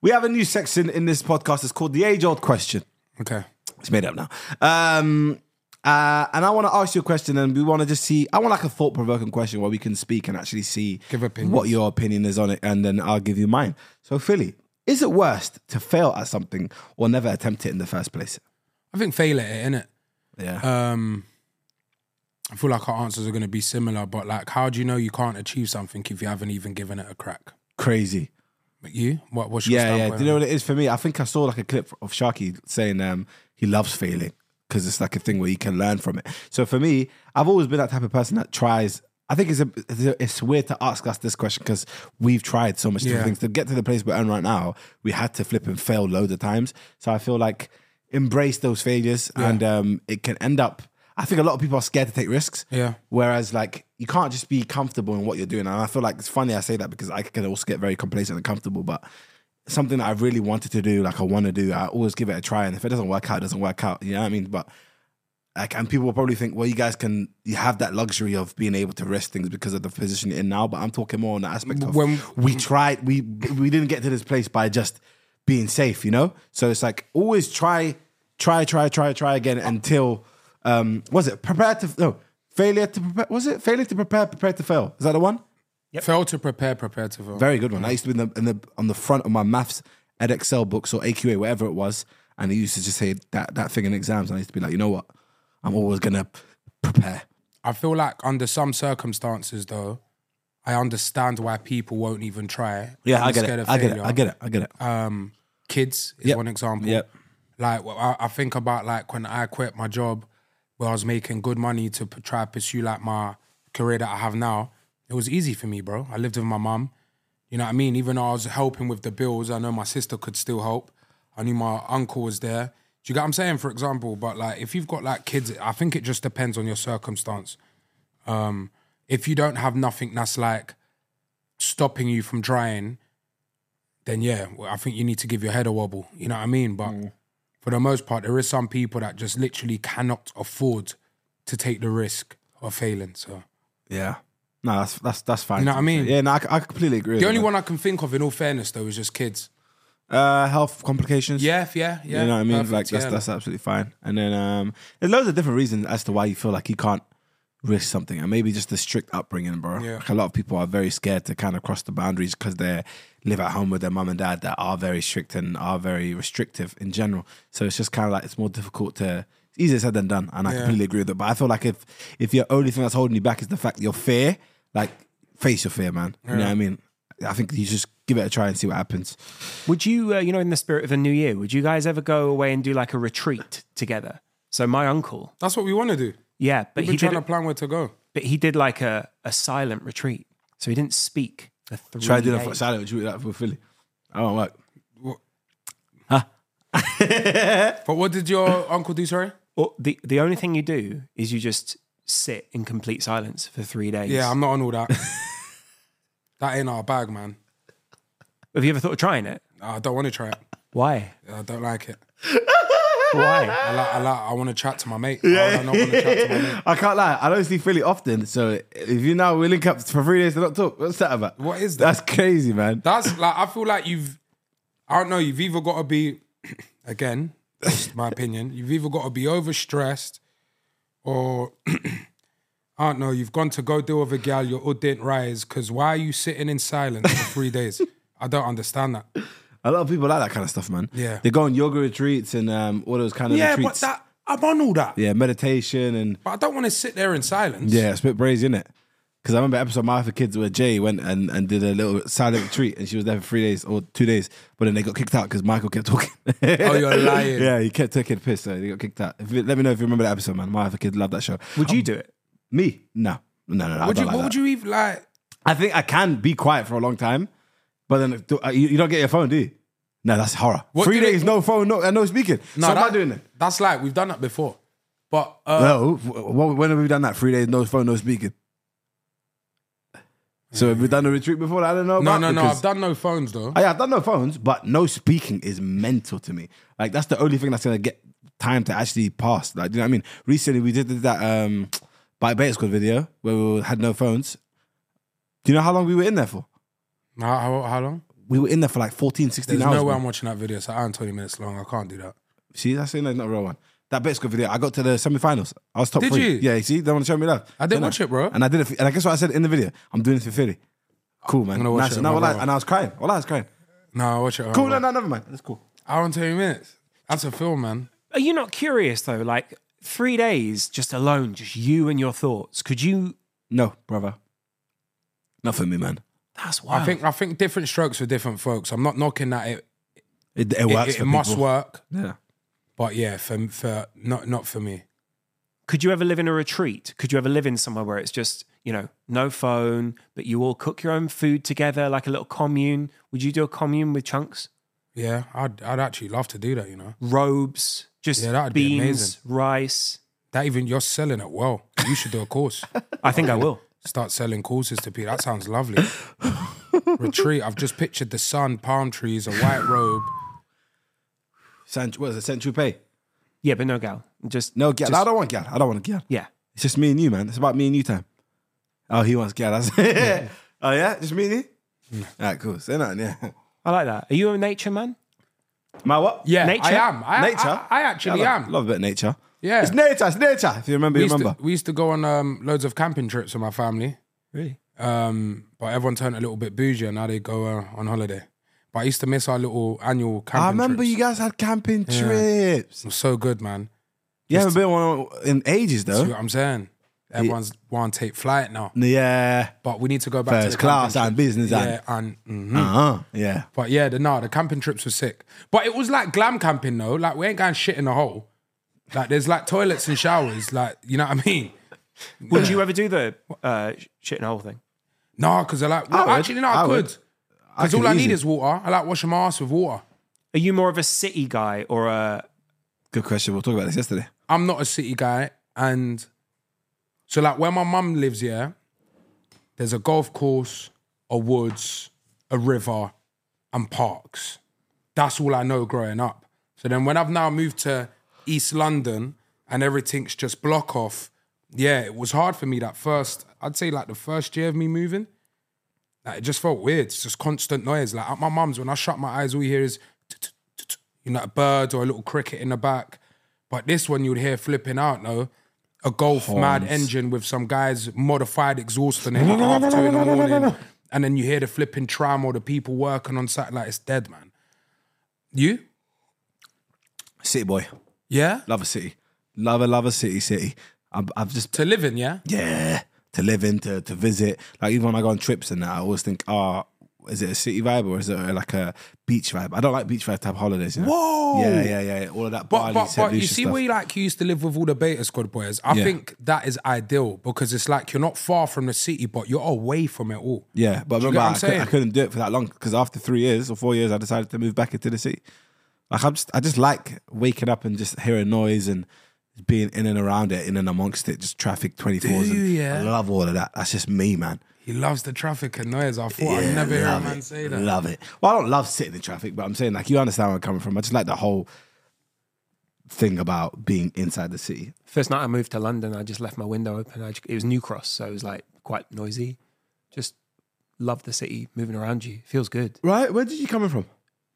Speaker 2: We have a new section in this podcast. It's called the age old question.
Speaker 1: Okay.
Speaker 2: It's made up now. Um, uh, and I want to ask you a question, and we want to just see. I want like a thought provoking question where we can speak and actually see
Speaker 1: Give opinions.
Speaker 2: what your opinion is on it, and then I'll give you mine. So, Philly, is it worst to fail at something or never attempt it in the first place?
Speaker 1: I think fail at it, innit?
Speaker 2: Yeah.
Speaker 1: Um, I feel like our answers are going to be similar, but like, how do you know you can't achieve something if you haven't even given it a crack?
Speaker 2: Crazy.
Speaker 1: But you? What? What's your
Speaker 2: Yeah, yeah.
Speaker 1: standpoint
Speaker 2: Do you know
Speaker 1: on
Speaker 2: what it is for me? I think I saw like a clip of Sharky saying um, he loves failing because it's like a thing where you can learn from it. So for me, I've always been that type of person that tries. I think it's a, it's a- it's weird to ask us this question because we've tried so much different
Speaker 1: Yeah.
Speaker 2: things to get to the place we're in right now. We had to flip and fail loads of times. So I feel like embrace those failures and um, it can end up. I think a lot of people are scared to take risks.
Speaker 1: Yeah.
Speaker 2: Whereas, like, you can't just be comfortable in what you're doing. And I feel like it's funny I say that because I can also get very complacent and comfortable, but something that I really wanted to do, like I want to do, I always give it a try. And if it doesn't work out, it doesn't work out. You know what I mean? But, like, and people will probably think, well, you guys can, you have that luxury of being able to risk things because of the position you're in now. But I'm talking more on the aspect of
Speaker 1: When-
Speaker 2: we tried, we, we didn't get to this place by just being safe, you know? So it's like, always try, try, try, try, try again until um was it prepare to no failure to prepare was it failure to prepare prepare to fail is that the one
Speaker 1: it? Fail to prepare, prepare to fail.
Speaker 2: very good one I used to be in the, in the on the front of my maths ed excel books or AQA whatever it was and he used to just say that that thing in exams and I used to be like you know what I'm always gonna prepare
Speaker 1: I feel like under some circumstances, though, I understand why people won't even try.
Speaker 2: yeah I
Speaker 1: I'm
Speaker 2: get
Speaker 1: scared
Speaker 2: it
Speaker 1: of
Speaker 2: I get it
Speaker 1: failure.
Speaker 2: I get it I get it
Speaker 1: Kids is
Speaker 2: Yep.
Speaker 1: one example.
Speaker 2: Yep.
Speaker 1: Like well, I, I think about like when I quit my job, where I was making good money to p- try pursue like my career that I have now. It was easy for me, bro. I lived with my mum. You know what I mean? Even though I was helping with the bills, I know my sister could still help. I knew my uncle was there. Do you get what I'm saying? For example, but like if you've got like kids, I think it just depends on your circumstance. Um, if you don't have nothing that's like stopping you from trying, then yeah, well, I think you need to give your head a wobble. You know what I mean? But
Speaker 2: Mm.
Speaker 1: for the most part, there is some people that just literally cannot afford to take the risk of failing. So
Speaker 2: Yeah. No, that's that's that's fine.
Speaker 1: You know what I mean?
Speaker 2: Yeah, no, I, c- I completely agree.
Speaker 1: the
Speaker 2: with
Speaker 1: only
Speaker 2: that.
Speaker 1: one I can think of, in all fairness, though, is just kids.
Speaker 2: uh, health complications.
Speaker 1: Yeah, yeah, yeah.
Speaker 2: you know what I mean?
Speaker 1: perfect,
Speaker 2: like that's
Speaker 1: yeah.
Speaker 2: that's absolutely fine. And then um, there's loads of different reasons as to why you feel like you can't risk something, and maybe just the strict upbringing, bro.
Speaker 1: Yeah.
Speaker 2: Like, a lot of people are very scared to kind of cross the boundaries because they live at home with their mum and dad that are very strict and are very restrictive in general. So it's just kind of like it's more difficult to. It's easier said than done, and I completely agree with it. But I feel like if if your only thing that's holding you back is the fact that you're fear, like face your fear, man. You know what I mean? I think you just give it a try and see what happens.
Speaker 3: Would you, uh, you know, in the spirit of a new year, would you guys ever go away and do like a retreat together? So my uncle,
Speaker 1: That's what we want to do.
Speaker 3: yeah, but
Speaker 1: We've
Speaker 3: he
Speaker 1: been trying
Speaker 3: did,
Speaker 1: to plan where to go.
Speaker 3: but he did like a, a silent retreat, so he didn't speak for three.
Speaker 2: Try to do that
Speaker 3: days.
Speaker 2: for silent retreat like for Philly. I won't work.
Speaker 1: But what did your uncle do? Sorry.
Speaker 3: Or the the only thing you do is you just sit in complete silence for three days.
Speaker 1: Yeah, I'm not on all that. that ain't our bag, man.
Speaker 3: Have you ever thought of trying it?
Speaker 1: I don't want to try it.
Speaker 3: Why?
Speaker 1: I don't like it.
Speaker 3: Why?
Speaker 1: I like, I, like, I want to chat to my mate. Yeah. I, not want to chat to my mate.
Speaker 2: I can't lie. I don't see Philly often. So if you now we link up for three days to not talk, what's that about?
Speaker 1: What is that?
Speaker 2: That's crazy, man.
Speaker 1: That's like I feel like you've. I don't know. You've either got to be, again, that's my opinion. You've either got to be overstressed, or I don't know. You've gone to go deal with a gal. Your hood didn't rise. Cause why are you sitting in silence for three days? I don't understand that.
Speaker 2: A lot of people like that kind of stuff, man.
Speaker 1: Yeah.
Speaker 2: They go on yoga retreats and um, all those kind of
Speaker 1: Yeah, but
Speaker 2: retreats.
Speaker 1: that I'm on all that.
Speaker 2: yeah, meditation and
Speaker 1: But I don't want to sit there in silence.
Speaker 2: yeah, it's a bit brazy, is it? Because I remember an episode of My for Kids where Jay went and, and did a little silent retreat and she was there for three days or two days, but then they got kicked out because Michael kept talking.
Speaker 1: Oh, you're lying.
Speaker 2: yeah, he kept taking a piss, so they got kicked out. If you- let me know if you remember that episode, man. My for Kids, love that show.
Speaker 3: Would you do it?
Speaker 2: Me? No. No, no, no. I
Speaker 1: Would
Speaker 2: don't
Speaker 1: you,
Speaker 2: like
Speaker 1: what
Speaker 2: that.
Speaker 1: would you even like?
Speaker 2: I think I can be quiet for a long time, but then do, uh, you, you don't get your phone, do you? No, that's horror.
Speaker 1: What
Speaker 2: Three
Speaker 1: do they-
Speaker 2: days, no phone, no, and no speaking. No, so am I doing that?
Speaker 1: That's like we've done that before. But uh,
Speaker 2: No, wh- wh- when have we done that? Three days, no phone, no speaking. So have we done a retreat before? that I don't know.
Speaker 1: no,
Speaker 2: about
Speaker 1: no, no.
Speaker 2: because-
Speaker 1: I've done no phones though.
Speaker 2: Oh, yeah, I've done no phones, but no speaking is mental to me. Like that's the only thing that's gonna get time to actually pass. Like, do you know what I mean? Recently, we did that um by Beta Squad video where we had no phones. Do you know how long we were in there for?
Speaker 1: How, how, how long?
Speaker 2: We were in there for like 14, 16
Speaker 1: There's
Speaker 2: hours.
Speaker 1: no way
Speaker 2: man.
Speaker 1: I'm watching that video. It's an hour and 20 minutes long. I can't do that.
Speaker 2: See, that's saying that's not a real one. That Betsco video, I got to the semi-finals. I was top
Speaker 1: Did
Speaker 2: three.
Speaker 1: you?
Speaker 2: Yeah, you see, they want to show me love.
Speaker 1: I didn't watch it, bro.
Speaker 2: And I did it, for, and I guess what I said in the video, I'm doing it for Philly. Cool, man.
Speaker 1: I'm gonna watch
Speaker 2: nice.
Speaker 1: it,
Speaker 2: and, I
Speaker 1: my
Speaker 2: was like-
Speaker 1: brother.
Speaker 2: and I was crying. Well, I was crying.
Speaker 1: No, I watch it.
Speaker 2: Cool,
Speaker 1: over.
Speaker 2: no, no, never mind. That's cool.
Speaker 1: Hour and 20 minutes. That's a film, man.
Speaker 3: Are you not curious though? Like three days just alone, just you and your thoughts. Could you?
Speaker 2: No, brother. Not for me, man.
Speaker 3: That's
Speaker 1: I
Speaker 3: wild.
Speaker 1: think I think different strokes for different folks. I'm not knocking that. It
Speaker 2: It, it
Speaker 1: it,
Speaker 2: works
Speaker 1: it,
Speaker 2: for
Speaker 1: must
Speaker 2: people.
Speaker 1: work,
Speaker 2: Yeah.
Speaker 1: but yeah, for for not not for me.
Speaker 3: Could you ever live in a retreat? Could you ever live in somewhere where it's just you know no phone, but you all cook your own food together, like a little commune? Would you do a commune with chunks?
Speaker 1: Yeah, I'd I'd actually love to do that. You know,
Speaker 3: Robes, just
Speaker 1: Yeah, that'd be
Speaker 3: beans, rice.
Speaker 1: that even you're selling it well. You should do a course.
Speaker 3: I think I will.
Speaker 1: Start selling courses to people. That sounds lovely. Retreat. I've just pictured the sun, palm trees, a white robe.
Speaker 2: San, what is it? Central Pay.
Speaker 3: Yeah, but no gal. Just
Speaker 2: No, gal.
Speaker 3: just-
Speaker 2: I don't want gal. I don't want a gal.
Speaker 3: Yeah.
Speaker 2: It's just me and you, man. It's about me and you time. Oh, he wants gal. That's Oh yeah, just me and you. All right, cool. Say nothing. Yeah.
Speaker 3: I like that. Are you a nature man?
Speaker 2: My what?
Speaker 1: Yeah,
Speaker 3: Nature?
Speaker 1: I am. I,
Speaker 2: nature.
Speaker 1: I, I actually
Speaker 2: Yeah, I love,
Speaker 1: am.
Speaker 2: Love a bit of nature.
Speaker 1: Yeah.
Speaker 2: It's nature. It's nature. If you remember,
Speaker 1: we,
Speaker 2: you
Speaker 1: used
Speaker 2: remember.
Speaker 1: to, we used to go on um, loads of camping trips with my family.
Speaker 3: Really?
Speaker 1: Um, but everyone turned a little bit bougie and now they go uh, on holiday. But I used to miss our little annual camping
Speaker 2: I remember
Speaker 1: trips.
Speaker 2: you guys had camping trips.
Speaker 1: It was so good, man.
Speaker 2: You haven't been on in ages,
Speaker 1: See
Speaker 2: though.
Speaker 1: what I'm saying? Everyone's want to take flight now.
Speaker 2: Yeah.
Speaker 1: But we need to go back to
Speaker 2: First
Speaker 1: the
Speaker 2: class
Speaker 1: camping
Speaker 2: and business
Speaker 1: trips.
Speaker 2: and.
Speaker 1: Yeah, and mhm.
Speaker 2: Uh huh. Yeah.
Speaker 1: but yeah, the, no, the camping trips were sick. But it was like glam camping though. Like we ain't going shit in a hole. Like there's like toilets and showers. Like you know what I mean?
Speaker 3: Would you ever do the uh, shit and hole thing?
Speaker 1: No, because I like well,
Speaker 2: I would.
Speaker 1: actually no, I,
Speaker 2: I
Speaker 1: could.
Speaker 2: would.
Speaker 1: Because
Speaker 2: could
Speaker 1: all I need
Speaker 2: easily-
Speaker 1: is water. I like washing my ass with water.
Speaker 3: Are you more of a city guy or a
Speaker 2: Good question. We were talking about this yesterday.
Speaker 1: I'm not a city guy, and so like where my mum lives, yeah, there's a golf course, a woods, a river, and parks. That's all I know growing up. So then when I've now moved to East London and everything's just block off, yeah, it was hard for me that first. I'd say like the first year of me moving, like it just felt weird. It's just constant noise. Like at my mum's, when I shut my eyes, all you hear is you know, a bird or a little cricket in the back. But this one you'd hear flipping out, no? A golf mad engine with some guy's modified exhaust on it at half two in the morning. And then you hear the flipping tram or the people working on satellite. It's dead, man. You?
Speaker 2: City boy.
Speaker 1: Yeah?
Speaker 2: Love a city. Love a, love a city, city. I've, I've just
Speaker 1: To live in, yeah?
Speaker 2: yeah, to live in, to, to visit. Like even when I go on trips and that, I always think, ah, is it a city vibe or is it a, like a beach vibe? I don't like beach vibe type holidays. You know?
Speaker 1: Whoa!
Speaker 2: Yeah, yeah, yeah. yeah. All of that.
Speaker 1: But,
Speaker 2: Bali,
Speaker 1: but,
Speaker 2: Saint
Speaker 1: but you
Speaker 2: Lucia
Speaker 1: see
Speaker 2: stuff.
Speaker 1: where you like you used to live with all the beta squad boys. I
Speaker 2: Yeah.
Speaker 1: think that is ideal because it's like you're not far from the city, but you're away from it all.
Speaker 2: Yeah, but
Speaker 1: Do you get what
Speaker 2: remember, I,
Speaker 1: I'm
Speaker 2: cou- I
Speaker 1: saying?
Speaker 2: couldn't do it for that long because after three years or four years, I decided to move back into the city. Like I'm just, I just like waking up and just hearing noise and being in and around it, in and amongst it, just traffic twenty fours.
Speaker 1: Do you,
Speaker 2: I
Speaker 1: yeah?
Speaker 2: love all of that. That's just me, man.
Speaker 1: He loves the traffic and noise. I thought I'd
Speaker 2: Yeah,
Speaker 1: never hear a
Speaker 2: love
Speaker 1: man
Speaker 2: it,
Speaker 1: say that.
Speaker 2: Love it. Well, I don't love sitting in traffic, but I'm saying like you understand where I'm coming from. I just like the whole thing about being inside the city.
Speaker 3: first night I moved to London? I just left my window open. I, ju- it was New Cross, so it was like quite noisy. Just love the city, moving around you feels good.
Speaker 2: Right? Where did you coming from?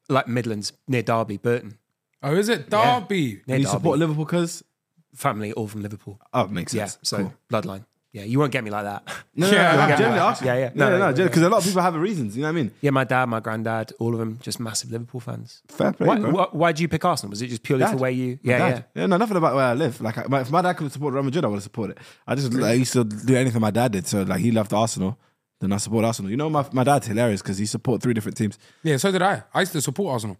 Speaker 3: Like Midlands near Derby, Burton,
Speaker 1: Oh, is it Derby?
Speaker 3: near
Speaker 2: you
Speaker 3: Derby.
Speaker 2: support Liverpool because
Speaker 3: family, all from Liverpool.
Speaker 2: oh, it makes sense.
Speaker 3: yeah, so
Speaker 2: Cool.
Speaker 3: bloodline. Yeah, you won't get me like that.
Speaker 2: No, no,
Speaker 1: Yeah,
Speaker 2: no,
Speaker 1: yeah,
Speaker 2: no,
Speaker 1: yeah.
Speaker 2: generally asking.
Speaker 3: Yeah, yeah.
Speaker 2: No,
Speaker 3: No,
Speaker 2: no,
Speaker 3: no,
Speaker 2: no,
Speaker 3: yeah.
Speaker 2: because a lot of people have reasons. You know what I mean?
Speaker 3: Yeah, my dad, my granddad, all of them just massive Liverpool fans.
Speaker 2: Fair play.
Speaker 3: Why,
Speaker 2: bro.
Speaker 3: why, why did you pick Arsenal? Was it just purely for
Speaker 2: Dad.
Speaker 3: where you?
Speaker 2: My
Speaker 3: Yeah,
Speaker 2: dad.
Speaker 3: yeah.
Speaker 2: No, nothing about where I live. Like, I- if my dad could support Real Madrid, I would support it. I just I used to do anything my dad did. So, like, he loved Arsenal, then I support Arsenal. You know, my my dad's hilarious because he support three different teams.
Speaker 1: Yeah. so did I. I used to support Arsenal.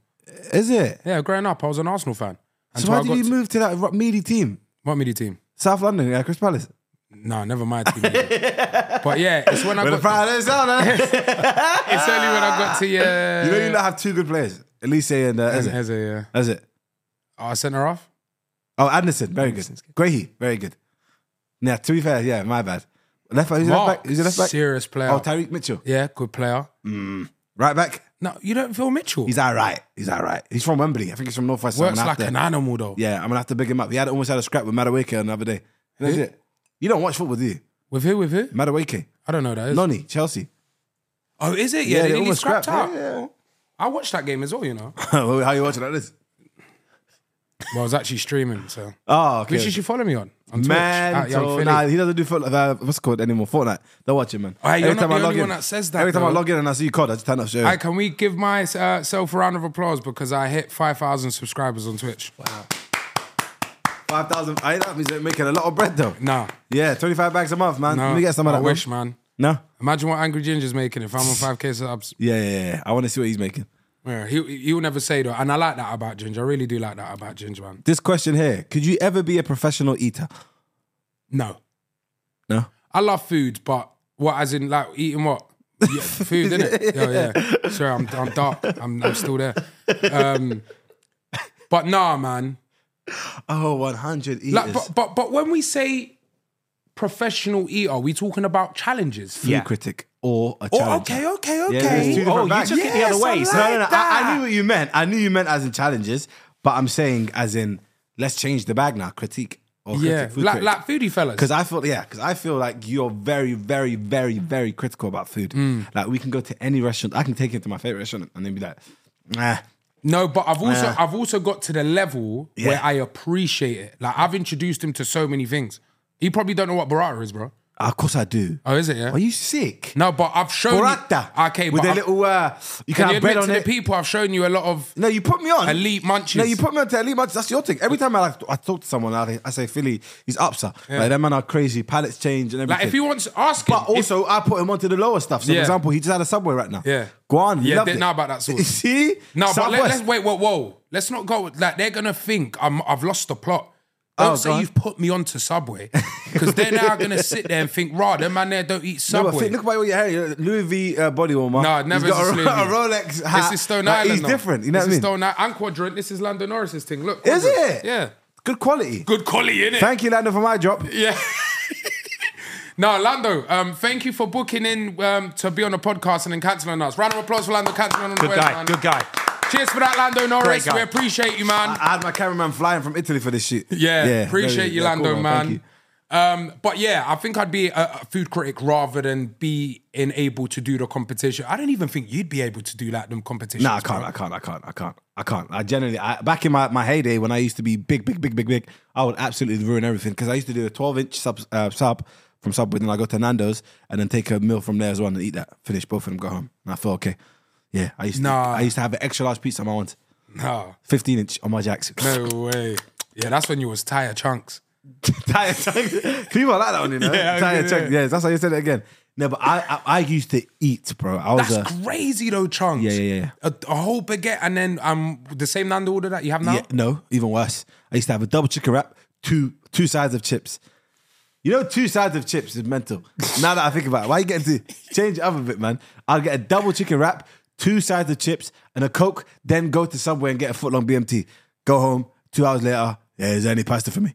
Speaker 2: Is it?
Speaker 1: Yeah, growing up, I was an Arsenal fan.
Speaker 2: so why
Speaker 1: I
Speaker 2: did you
Speaker 1: to-
Speaker 2: move to that ro- meaty team,
Speaker 1: What media team?
Speaker 2: South London, yeah, Chris Palace?
Speaker 1: No, never my team. but yeah, it's when I
Speaker 2: Where the
Speaker 1: got.
Speaker 2: Palace down, eh?
Speaker 1: it's only when I got to. Uh,
Speaker 2: You know, you lot have two good players, Elise and uh, Eze.
Speaker 1: Eze, yeah.
Speaker 2: That's it.
Speaker 1: Oh, I sent her off.
Speaker 2: Oh, Anderson, very good. Grahey, very good. Now, to be fair, yeah, my bad. Left back, who's your left
Speaker 1: Mark,
Speaker 2: back? Who's your left back?
Speaker 1: serious player.
Speaker 2: Oh, Tyreek Mitchell.
Speaker 1: yeah, good player.
Speaker 2: Right back.
Speaker 1: No, you don't feel Mitchell.
Speaker 2: He's all right. He's all right. He's from Wembley. I think he's from Northwest.
Speaker 1: Works like an animal though.
Speaker 2: Yeah, I'm gonna have to big him up. He had almost had a scrap with Madawake another day. And That's it. You don't watch football, do you?
Speaker 1: With who? With who?
Speaker 2: Madawake,
Speaker 1: I don't know who that is.
Speaker 2: Nonny, Chelsea.
Speaker 1: Oh, is it? Yeah, they nearly scrapped out.
Speaker 2: Yeah, yeah.
Speaker 1: I watched that game as well. You know,
Speaker 2: How you watching like this?
Speaker 1: well, I was actually streaming. So,
Speaker 2: Oh, okay.
Speaker 1: which you should follow me on. on Twitch, at
Speaker 2: Man,
Speaker 1: Young Philly.
Speaker 2: nah, he doesn't do foot, uh, what's it called anymore? Fortnite. Don't watch it, man.
Speaker 1: Hey, you're not the
Speaker 2: I log
Speaker 1: only
Speaker 2: in,
Speaker 1: one that says that,
Speaker 2: Every time I
Speaker 1: though.
Speaker 2: log in and I see you called, I just turn up straight.
Speaker 1: Hey, can we give myself a round of applause because I hit 5,000 subscribers on Twitch?
Speaker 2: Five thousand. Hey, that means they're making a lot of bread though.
Speaker 1: Nah.
Speaker 2: Yeah, twenty five bags a month, man.
Speaker 1: No,
Speaker 2: Let me get some of
Speaker 1: I
Speaker 2: that.
Speaker 1: wish, man.
Speaker 2: No.
Speaker 1: Imagine what Angry Ginger's making if I'm on 5K subs.
Speaker 2: Yeah, yeah, yeah, yeah. I want to see what he's making.
Speaker 1: Yeah, he, he'll never say though. And I like that about Ginger. I really do like that about Ginger, man.
Speaker 2: This question here: Could you ever be a professional eater?
Speaker 1: No.
Speaker 2: No.
Speaker 1: I love food, but what, as in, like, eating what? Yeah, food, innit? Yeah, yeah. Sorry, I'm, I'm dark. I'm, I'm still there. Um, but nah, man.
Speaker 2: Oh, 100 eaters.
Speaker 1: Like, but, but, but when we say professional eater, we talking about challenges.
Speaker 2: Food
Speaker 3: Yeah.
Speaker 2: critic or a
Speaker 1: Oh,
Speaker 2: challenge.
Speaker 1: okay, okay, okay.
Speaker 2: Yeah, there's two different
Speaker 3: Oh, you
Speaker 2: bags.
Speaker 3: took it the other Yes, way, I so-
Speaker 2: no, no, no.
Speaker 1: like
Speaker 2: I, I
Speaker 1: that.
Speaker 2: knew what you meant. I knew you meant as in challenges, but I'm saying as in let's change the bag now. Critique or
Speaker 1: yeah,
Speaker 2: critic, food
Speaker 1: like, like foodie fellas.
Speaker 2: Because I feel, yeah, because I feel like you're very, very, very, very critical about food.
Speaker 1: Mm.
Speaker 2: Like we can go to any restaurant. I can take you to my favorite restaurant and then be like, nah.
Speaker 1: No, but I've also
Speaker 2: Uh,
Speaker 1: I've also got to the level
Speaker 2: Yeah.
Speaker 1: where I appreciate it. Like I've introduced him to so many things. He probably don't know what burrata is, bro.
Speaker 2: Of course I do.
Speaker 1: Oh, is it? Yeah.
Speaker 2: Are you sick?
Speaker 1: no, but I've shown You,
Speaker 2: Burrata.
Speaker 1: okay,
Speaker 2: with
Speaker 1: but
Speaker 2: a
Speaker 1: I've-
Speaker 2: little, uh, you can,
Speaker 1: can you
Speaker 2: have
Speaker 1: admit
Speaker 2: bread on
Speaker 1: to the
Speaker 2: it.
Speaker 1: people I've shown you a lot of
Speaker 2: No, you put me on.
Speaker 1: Elite munchies.
Speaker 2: No, you put me on to elite munchies. That's your thing. Every time I like, I talk to someone, I, I say Philly, he's upset. Like that man are crazy. Palates change and everything.
Speaker 1: like if he wants ask him.
Speaker 2: but also I put him onto the lower stuff. So
Speaker 1: Yeah.
Speaker 2: for example, he just had a subway right now.
Speaker 1: Yeah.
Speaker 2: Guan. he
Speaker 1: Yeah,
Speaker 2: loved
Speaker 1: didn't
Speaker 2: it.
Speaker 1: know about that sauce.
Speaker 2: See,
Speaker 1: no, but let,
Speaker 2: Southwest.
Speaker 1: us wait. Whoa, whoa, let's not go. Like they're gonna think I'm, I've lost the plot. Don't
Speaker 2: Oh, go
Speaker 1: say
Speaker 2: on.
Speaker 1: you've put me onto Subway because they're now gonna sit there and think, "Right, them man there don't eat
Speaker 2: No,
Speaker 1: Subway."
Speaker 2: but think, look about all your hair. You're Louis V uh, body warmer.
Speaker 1: No, it never
Speaker 2: He's
Speaker 1: is
Speaker 2: got
Speaker 1: a
Speaker 2: a,
Speaker 1: sleeve.
Speaker 2: Ro- a Rolex hat.
Speaker 1: This is Stone
Speaker 2: Like,
Speaker 1: Island.
Speaker 2: He's
Speaker 1: though.
Speaker 2: different. You know
Speaker 1: this
Speaker 2: what I mean?
Speaker 1: is Stone Island. And Quadrant. This is Lando Norris's thing. Look.
Speaker 2: Is
Speaker 1: Quadrant.
Speaker 2: it?
Speaker 1: Yeah.
Speaker 2: Good quality.
Speaker 1: Good quality, innit?
Speaker 2: Thank you, Lando, for my drop.
Speaker 1: Yeah. no, Lando, um, thank you for booking in um, to be on the podcast and then cancelling us. Round of applause for Lando cancelling on the
Speaker 3: Good
Speaker 1: way,
Speaker 3: guy.
Speaker 1: man.
Speaker 3: Good guy.
Speaker 1: Cheers for that, Lando Norris.
Speaker 2: guy.
Speaker 1: We appreciate you, man.
Speaker 2: I, I had my cameraman flying from Italy for this shit.
Speaker 1: Yeah,
Speaker 2: very-
Speaker 1: appreciate you,
Speaker 2: yeah,
Speaker 1: Lando,
Speaker 2: cool, Thank
Speaker 1: man.
Speaker 2: you.
Speaker 1: Um, but yeah, I think I'd be a, a food critic rather than be able to do the competition. I don't even think you'd be able to do like them competitions.
Speaker 2: Nah, I can't. I can't. I can't. I can't. I can't. I generally, I, back in my, my heyday when I used to be big, big, big, big, big, I would absolutely ruin everything because I used to do a 12 inch sub, uh, sub from Subway, then I go to Nando's and then take a meal from there as well and eat that, finish both of them, go home. And I feel okay. Yeah, I used to,
Speaker 1: Nah.
Speaker 2: I used to have an extra large pizza on my ones,
Speaker 1: No,
Speaker 2: 15 inch on my jacks.
Speaker 1: no way. Yeah, that's when you was tire chunks.
Speaker 2: Tire chunks. People like that one, you know.
Speaker 1: Yeah,
Speaker 2: Tire
Speaker 1: okay,
Speaker 2: chunks.
Speaker 1: yeah.
Speaker 2: Yeah, that's how you said it again. No, but I, I, I used to eat, bro. I was
Speaker 1: That's
Speaker 2: a,
Speaker 1: crazy though, chunks.
Speaker 2: Yeah, yeah, yeah.
Speaker 1: A, a whole baguette and then um the same Nando order that you have now.
Speaker 2: Yeah, no, even worse. I used to have a double chicken wrap, two two sides of chips. You know, two sides of chips is mental. now that I think about it, why you getting to change it up a bit, man? I'll get a double chicken wrap, two sides of chips, and a coke. Then go to Subway and get a footlong BMT. Go home. Two hours later, yeah, is there any pasta for me?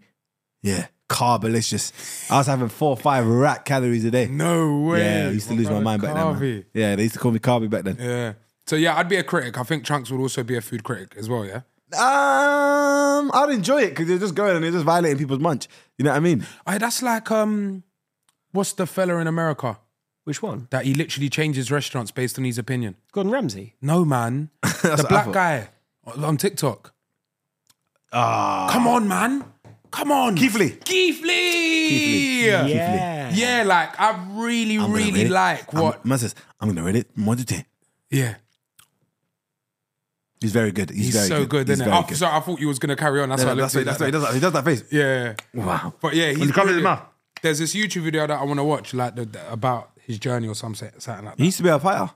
Speaker 2: Yeah, carbalicious. I was having four or five rack calories a day.
Speaker 1: No way.
Speaker 2: Yeah, I used to
Speaker 1: My
Speaker 2: lose my
Speaker 1: brother
Speaker 2: mind back then.
Speaker 1: Carvey.
Speaker 2: Man. Yeah, they used to call me Carby back then.
Speaker 1: Yeah. So yeah, I'd be a critic. I think Chunks would also be a food critic as well. Yeah.
Speaker 2: Um, I'd enjoy it because you're just going and you're just violating people's munch. You know what I mean?
Speaker 1: I, that's like um, what's the fella in America
Speaker 3: Which one?
Speaker 1: that he literally changes restaurants based on his opinion?
Speaker 3: Gordon Ramsay.
Speaker 1: No man, the
Speaker 2: what I
Speaker 1: black
Speaker 2: thought.
Speaker 1: guy on on TikTok. Ah, come on, man, come on,
Speaker 2: Keith Lee.
Speaker 1: Keith Lee. Yeah.
Speaker 3: Yeah.
Speaker 1: Yeah, like I really,
Speaker 2: I'm gonna
Speaker 1: really
Speaker 2: rate it.
Speaker 1: like what.
Speaker 2: I'm, man says, I'm gonna rate it from one to ten.
Speaker 1: yeah,
Speaker 2: He's very good. He's,
Speaker 1: he's,
Speaker 2: very
Speaker 1: so good,
Speaker 2: He's
Speaker 1: isn't
Speaker 2: very
Speaker 1: it? Oh, sorry, I thought you was gonna carry on. That's
Speaker 2: No,
Speaker 1: why
Speaker 2: no, that's
Speaker 1: I
Speaker 2: what,
Speaker 1: looked
Speaker 2: that's
Speaker 1: at
Speaker 2: what he
Speaker 1: you like
Speaker 2: does. that- He does that face.
Speaker 1: that. Yeah.
Speaker 2: Wow.
Speaker 1: But yeah, he's
Speaker 2: you can't read his
Speaker 1: brilliant.
Speaker 2: mouth.
Speaker 1: There's this YouTube video that I want to watch, like the, the- about his journey or something, something like that.
Speaker 2: He used to be a fighter.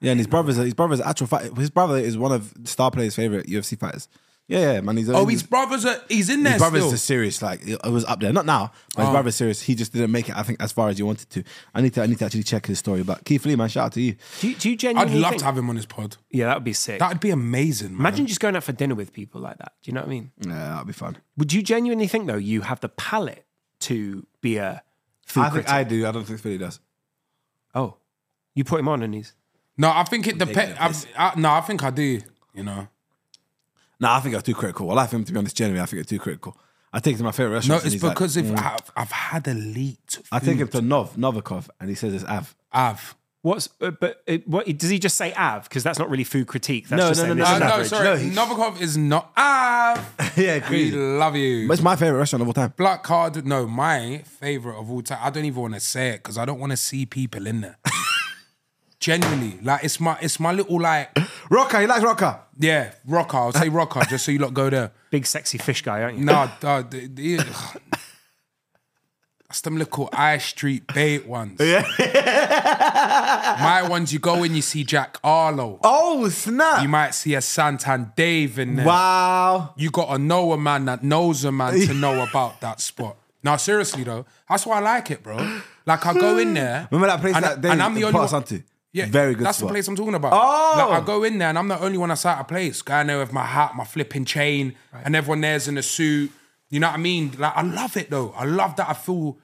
Speaker 2: Yeah, and his brother's his brother's actual fight. His brother is one of Star Player's favorite UFC fighters. Yeah, yeah, man. He's
Speaker 1: oh, his brothers are he's in there
Speaker 2: his brother's
Speaker 1: still. Oh.
Speaker 2: just serious. Like it was up there, not now, but his brother's serious. He just didn't make it. I think as far as you wanted to. I need to. I need to actually check his story. But Keith Lee, man, shout out to you.
Speaker 3: Do you, do you
Speaker 1: I'd
Speaker 3: genuinely?
Speaker 1: love
Speaker 3: think-
Speaker 1: to have him on his pod.
Speaker 3: Yeah, that would be sick.
Speaker 1: That'd be amazing. Man.
Speaker 3: Imagine just going out for dinner with people like that. Do you know what I mean?
Speaker 2: Yeah, that'll be fun.
Speaker 3: Would you genuinely think though you have the palate to be a food
Speaker 2: I
Speaker 3: critic?
Speaker 2: think I do. I don't think Philly does.
Speaker 3: oh, you put him on and he's
Speaker 1: No, I think it depends. I, I, no, I think I do. You know,
Speaker 2: No, I think I'm too critical. I like him to be honest. Generally, I think it's too critical. I take him mm. to my favorite
Speaker 1: no,
Speaker 2: restaurant.
Speaker 1: it's because if I've, I've had elite,
Speaker 2: I take him
Speaker 1: food.
Speaker 2: to Nov Novikov, and he says it's Av.
Speaker 1: I've.
Speaker 3: what's uh, but it, what does he just say? Av because that's not really food critique. That's
Speaker 2: No,
Speaker 3: just
Speaker 2: no,
Speaker 3: saying
Speaker 2: no,
Speaker 1: Uh,
Speaker 3: this is
Speaker 2: no,
Speaker 1: no,
Speaker 3: average.
Speaker 1: sorry,
Speaker 2: No, he's-
Speaker 1: Novikov is not. I've.
Speaker 2: yeah,
Speaker 1: we
Speaker 2: crazy.
Speaker 1: love you.
Speaker 2: It's my favorite restaurant of all time.
Speaker 1: Black card, no, my favorite of all time. I don't even want to say it because I don't want to see people in there. Genuinely, like it's my it's my little like
Speaker 2: Rocker, he likes Rocker.
Speaker 1: yeah rocker. I'll say rocker just so you lot go there.
Speaker 3: Big sexy fish guy, aren't you?
Speaker 1: No, duh, the, the, ugh. that's them little I Street bait ones. Yeah. My ones, you go in, you see Jack Arlo.
Speaker 2: Oh snap!
Speaker 1: You might see a Santan Dave in there.
Speaker 2: wow.
Speaker 1: You got to know a man that knows a man to know about that spot. Now, seriously though, that's why I like it, bro. Like I go in there.
Speaker 2: Remember that place
Speaker 1: and,
Speaker 2: that Dave
Speaker 1: and I'm the only
Speaker 2: Palo
Speaker 1: one.
Speaker 2: Santo?
Speaker 1: Yeah,
Speaker 2: very good.
Speaker 1: That's
Speaker 2: spot.
Speaker 1: the place I'm talking about.
Speaker 2: Oh!
Speaker 1: Like, I go in there and I'm the only one that's out of place. Going there with my hat, my flipping chain, and everyone there's in a suit. You know what I mean? Like I love it though. I love that I feel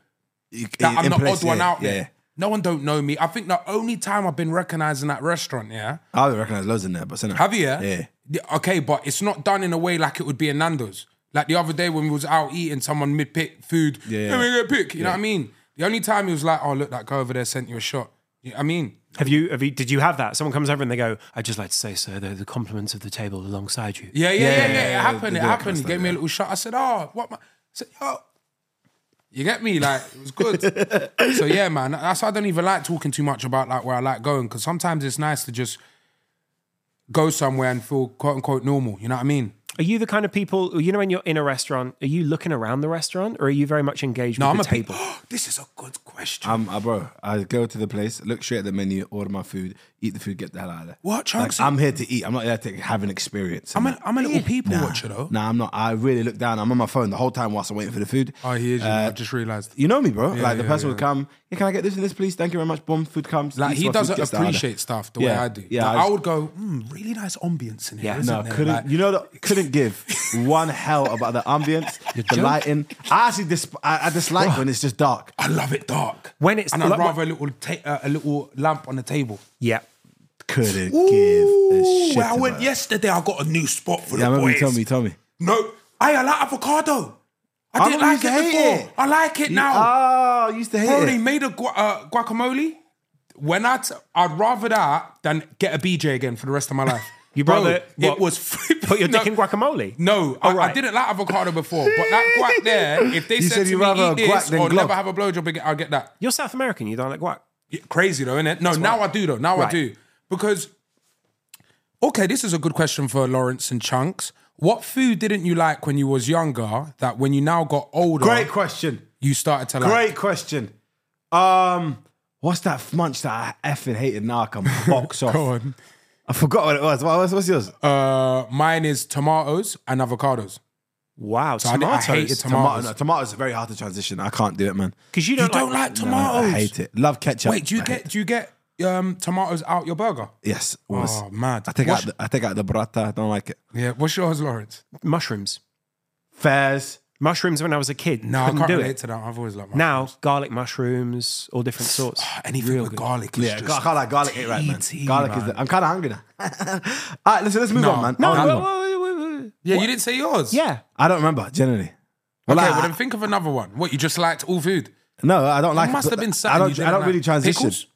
Speaker 2: You-
Speaker 1: that
Speaker 2: in-
Speaker 1: I'm
Speaker 2: in
Speaker 1: the
Speaker 2: place,
Speaker 1: odd one
Speaker 2: yeah,
Speaker 1: out there.
Speaker 2: Yeah,
Speaker 1: No one don't know me. I think the only time I've been recognized in that restaurant, yeah.
Speaker 2: I would recognize loads in there, but isn't it?
Speaker 1: Have you?
Speaker 2: Yeah.
Speaker 1: Okay, but it's not done in a way like it would be in Nando's. Like the other day when we was out eating, someone mid pick food.
Speaker 2: Yeah.
Speaker 1: Let me get a pick. You know what I mean? The only time he was like, "Oh, look, that guy over there sent you a shot." You know what I mean?
Speaker 3: Have you? Have you? Did you have that? Someone comes over and they go, "I'd just like to say, sir, the, the compliments of the table alongside you."
Speaker 1: Yeah, yeah, yeah, yeah.
Speaker 2: yeah, yeah,
Speaker 1: it happened.
Speaker 2: they
Speaker 1: It
Speaker 2: do that
Speaker 1: happened.
Speaker 2: kind of
Speaker 1: He
Speaker 2: stuff,
Speaker 1: gave me a
Speaker 2: yeah.
Speaker 1: little shot. I said, "Oh, what?" My? I said, "Yo." You get me? Like it was good. so yeah, man. That's why I don't even like talking too much about like where I like going because sometimes it's nice to just go somewhere and feel quote unquote normal. You know what I mean?
Speaker 3: Are you the kind of people, you know, when you're in a restaurant, are you looking around the restaurant or are you very much engaged with the table?
Speaker 1: this is a good question.
Speaker 2: I'm, uh, bro, I go to the place, look straight at the menu, order my food, eat the food, get the hell out of there.
Speaker 1: What,
Speaker 2: Like,
Speaker 1: Chunks?
Speaker 2: I'm here to eat. I'm not here to have an experience.
Speaker 1: I'm,
Speaker 2: and
Speaker 1: an, I'm a little people watcher though.
Speaker 2: Nah, I'm not. I really look down. I'm on my phone the whole time whilst I'm waiting for the food.
Speaker 1: Oh, he is. you know,
Speaker 2: Uh,
Speaker 1: I just realised.
Speaker 2: You know me, bro.
Speaker 1: Yeah,
Speaker 2: like the
Speaker 1: yeah,
Speaker 2: person
Speaker 1: yeah.
Speaker 2: would come. Yeah, can I get this and this, please? Thank you very much. Boom, food comes.
Speaker 1: Like
Speaker 2: eats
Speaker 1: he
Speaker 2: my food,
Speaker 1: doesn't
Speaker 2: gets the hell out of
Speaker 1: appreciate
Speaker 2: there.
Speaker 1: stuff the way
Speaker 2: Yeah,
Speaker 1: I do.
Speaker 2: yeah,
Speaker 1: Yeah,
Speaker 2: I
Speaker 1: I
Speaker 2: was-
Speaker 1: would go, mm, really nice ambience in here.
Speaker 3: Yeah,
Speaker 1: isn't
Speaker 2: No,
Speaker 1: there?"
Speaker 2: couldn't
Speaker 1: Like,
Speaker 2: you know that couldn't give one hell about the ambience, the lighting. I actually dis- I, I dislike when it's just dark.
Speaker 1: I love it dark.
Speaker 3: When it's-
Speaker 1: and I'd
Speaker 3: like,
Speaker 1: rather a little ta- uh, a little lamp on the table.
Speaker 3: Yeah.
Speaker 2: Couldn't give
Speaker 1: Ooh,
Speaker 2: a shit.
Speaker 1: where I went
Speaker 2: about it.
Speaker 1: yesterday. I got a new spot for
Speaker 2: Yeah, I
Speaker 1: the
Speaker 2: remember
Speaker 1: boys.
Speaker 2: you told me. Tell me.
Speaker 1: No, I like avocado. I,
Speaker 2: I
Speaker 1: didn't
Speaker 2: remember
Speaker 1: like
Speaker 2: you
Speaker 1: it
Speaker 2: used to hate
Speaker 1: before.
Speaker 2: it.
Speaker 1: I like it now.
Speaker 2: Oh, I used to hate
Speaker 1: Bro,
Speaker 2: it.
Speaker 1: they made a gua- uh, guacamole. When I, t- I'd rather that than get a BJ again for the rest of my life.
Speaker 3: You
Speaker 1: Bro,
Speaker 3: brother-
Speaker 1: it
Speaker 3: what?
Speaker 1: was flipping.
Speaker 3: Put your
Speaker 1: no,
Speaker 3: dick in guacamole.
Speaker 1: No, I,
Speaker 3: All right.
Speaker 1: I didn't like avocado before, but that guac there. If they
Speaker 2: You
Speaker 1: said,
Speaker 2: said
Speaker 1: to
Speaker 2: you'd
Speaker 1: me,
Speaker 2: rather
Speaker 1: eat
Speaker 2: a guac
Speaker 1: this
Speaker 2: than
Speaker 1: or never
Speaker 2: guac.
Speaker 1: have a blowjob again, I'll get that.
Speaker 3: You're South American. You don't like guac.
Speaker 1: Yeah, crazy though, isn't it? No, now I do though. Now I
Speaker 3: Right.
Speaker 1: do because. Okay, this is a good question for Lawrence and Chunks. What food didn't you like when you was younger that when you now got older,
Speaker 2: Great question.
Speaker 1: you started to like?
Speaker 2: Great question. Um, what's that munch that I effing hated? Now I can box off.
Speaker 1: Go on.
Speaker 2: I forgot what it was. What- What's, what's yours?
Speaker 1: Uh, mine is tomatoes and avocados.
Speaker 3: Wow.
Speaker 1: I did- I
Speaker 3: tomatoes.
Speaker 1: hated
Speaker 3: Because
Speaker 1: tom- tomatoes.
Speaker 2: no, tomatoes are very hard to transition. I can't do it, man.
Speaker 3: you
Speaker 1: You
Speaker 3: don't,
Speaker 1: don't like
Speaker 2: No, I
Speaker 1: tomatoes.
Speaker 2: hate it. Love ketchup.
Speaker 1: Wait, do you
Speaker 2: I hate
Speaker 1: get
Speaker 2: it.
Speaker 1: do you get um, tomatoes out your burger?
Speaker 2: Yes. always.
Speaker 1: Oh, mad.
Speaker 2: I take
Speaker 1: What's-
Speaker 2: out. The, I take out the burrata. I don't like it.
Speaker 1: Yeah, what's yours, Lawrence?
Speaker 3: mushrooms.
Speaker 2: Fairs.
Speaker 3: Mushrooms when I was a kid.
Speaker 1: No, I
Speaker 3: couldn't
Speaker 1: can't
Speaker 3: do
Speaker 1: relate
Speaker 3: it.
Speaker 1: to that. I've always liked
Speaker 3: Now, garlic mushrooms, all different sorts.
Speaker 1: anything
Speaker 3: Real
Speaker 1: with
Speaker 3: good.
Speaker 1: garlic. Is
Speaker 2: Yeah,
Speaker 1: just
Speaker 2: I can't like garlic. Ain't right, man.
Speaker 1: tea,
Speaker 2: garlic is.
Speaker 1: man.
Speaker 2: The, I'm kind of hungry now. All right, listen. Let's move
Speaker 1: No.
Speaker 2: on, man.
Speaker 3: No,
Speaker 2: I wanna
Speaker 3: wait,
Speaker 2: move on.
Speaker 3: wait, wait, wait, wait.
Speaker 1: Yeah, you didn't say yours.
Speaker 3: Yeah.
Speaker 2: I don't remember generally.
Speaker 1: Okay,
Speaker 2: Well, I-
Speaker 1: well then think of another one. What you just liked all food?
Speaker 2: No, I don't like.
Speaker 1: must
Speaker 2: but
Speaker 1: have been
Speaker 2: I
Speaker 1: something
Speaker 2: don't.
Speaker 1: you didn't
Speaker 2: I don't
Speaker 1: like.
Speaker 2: really transition.
Speaker 1: Pickles?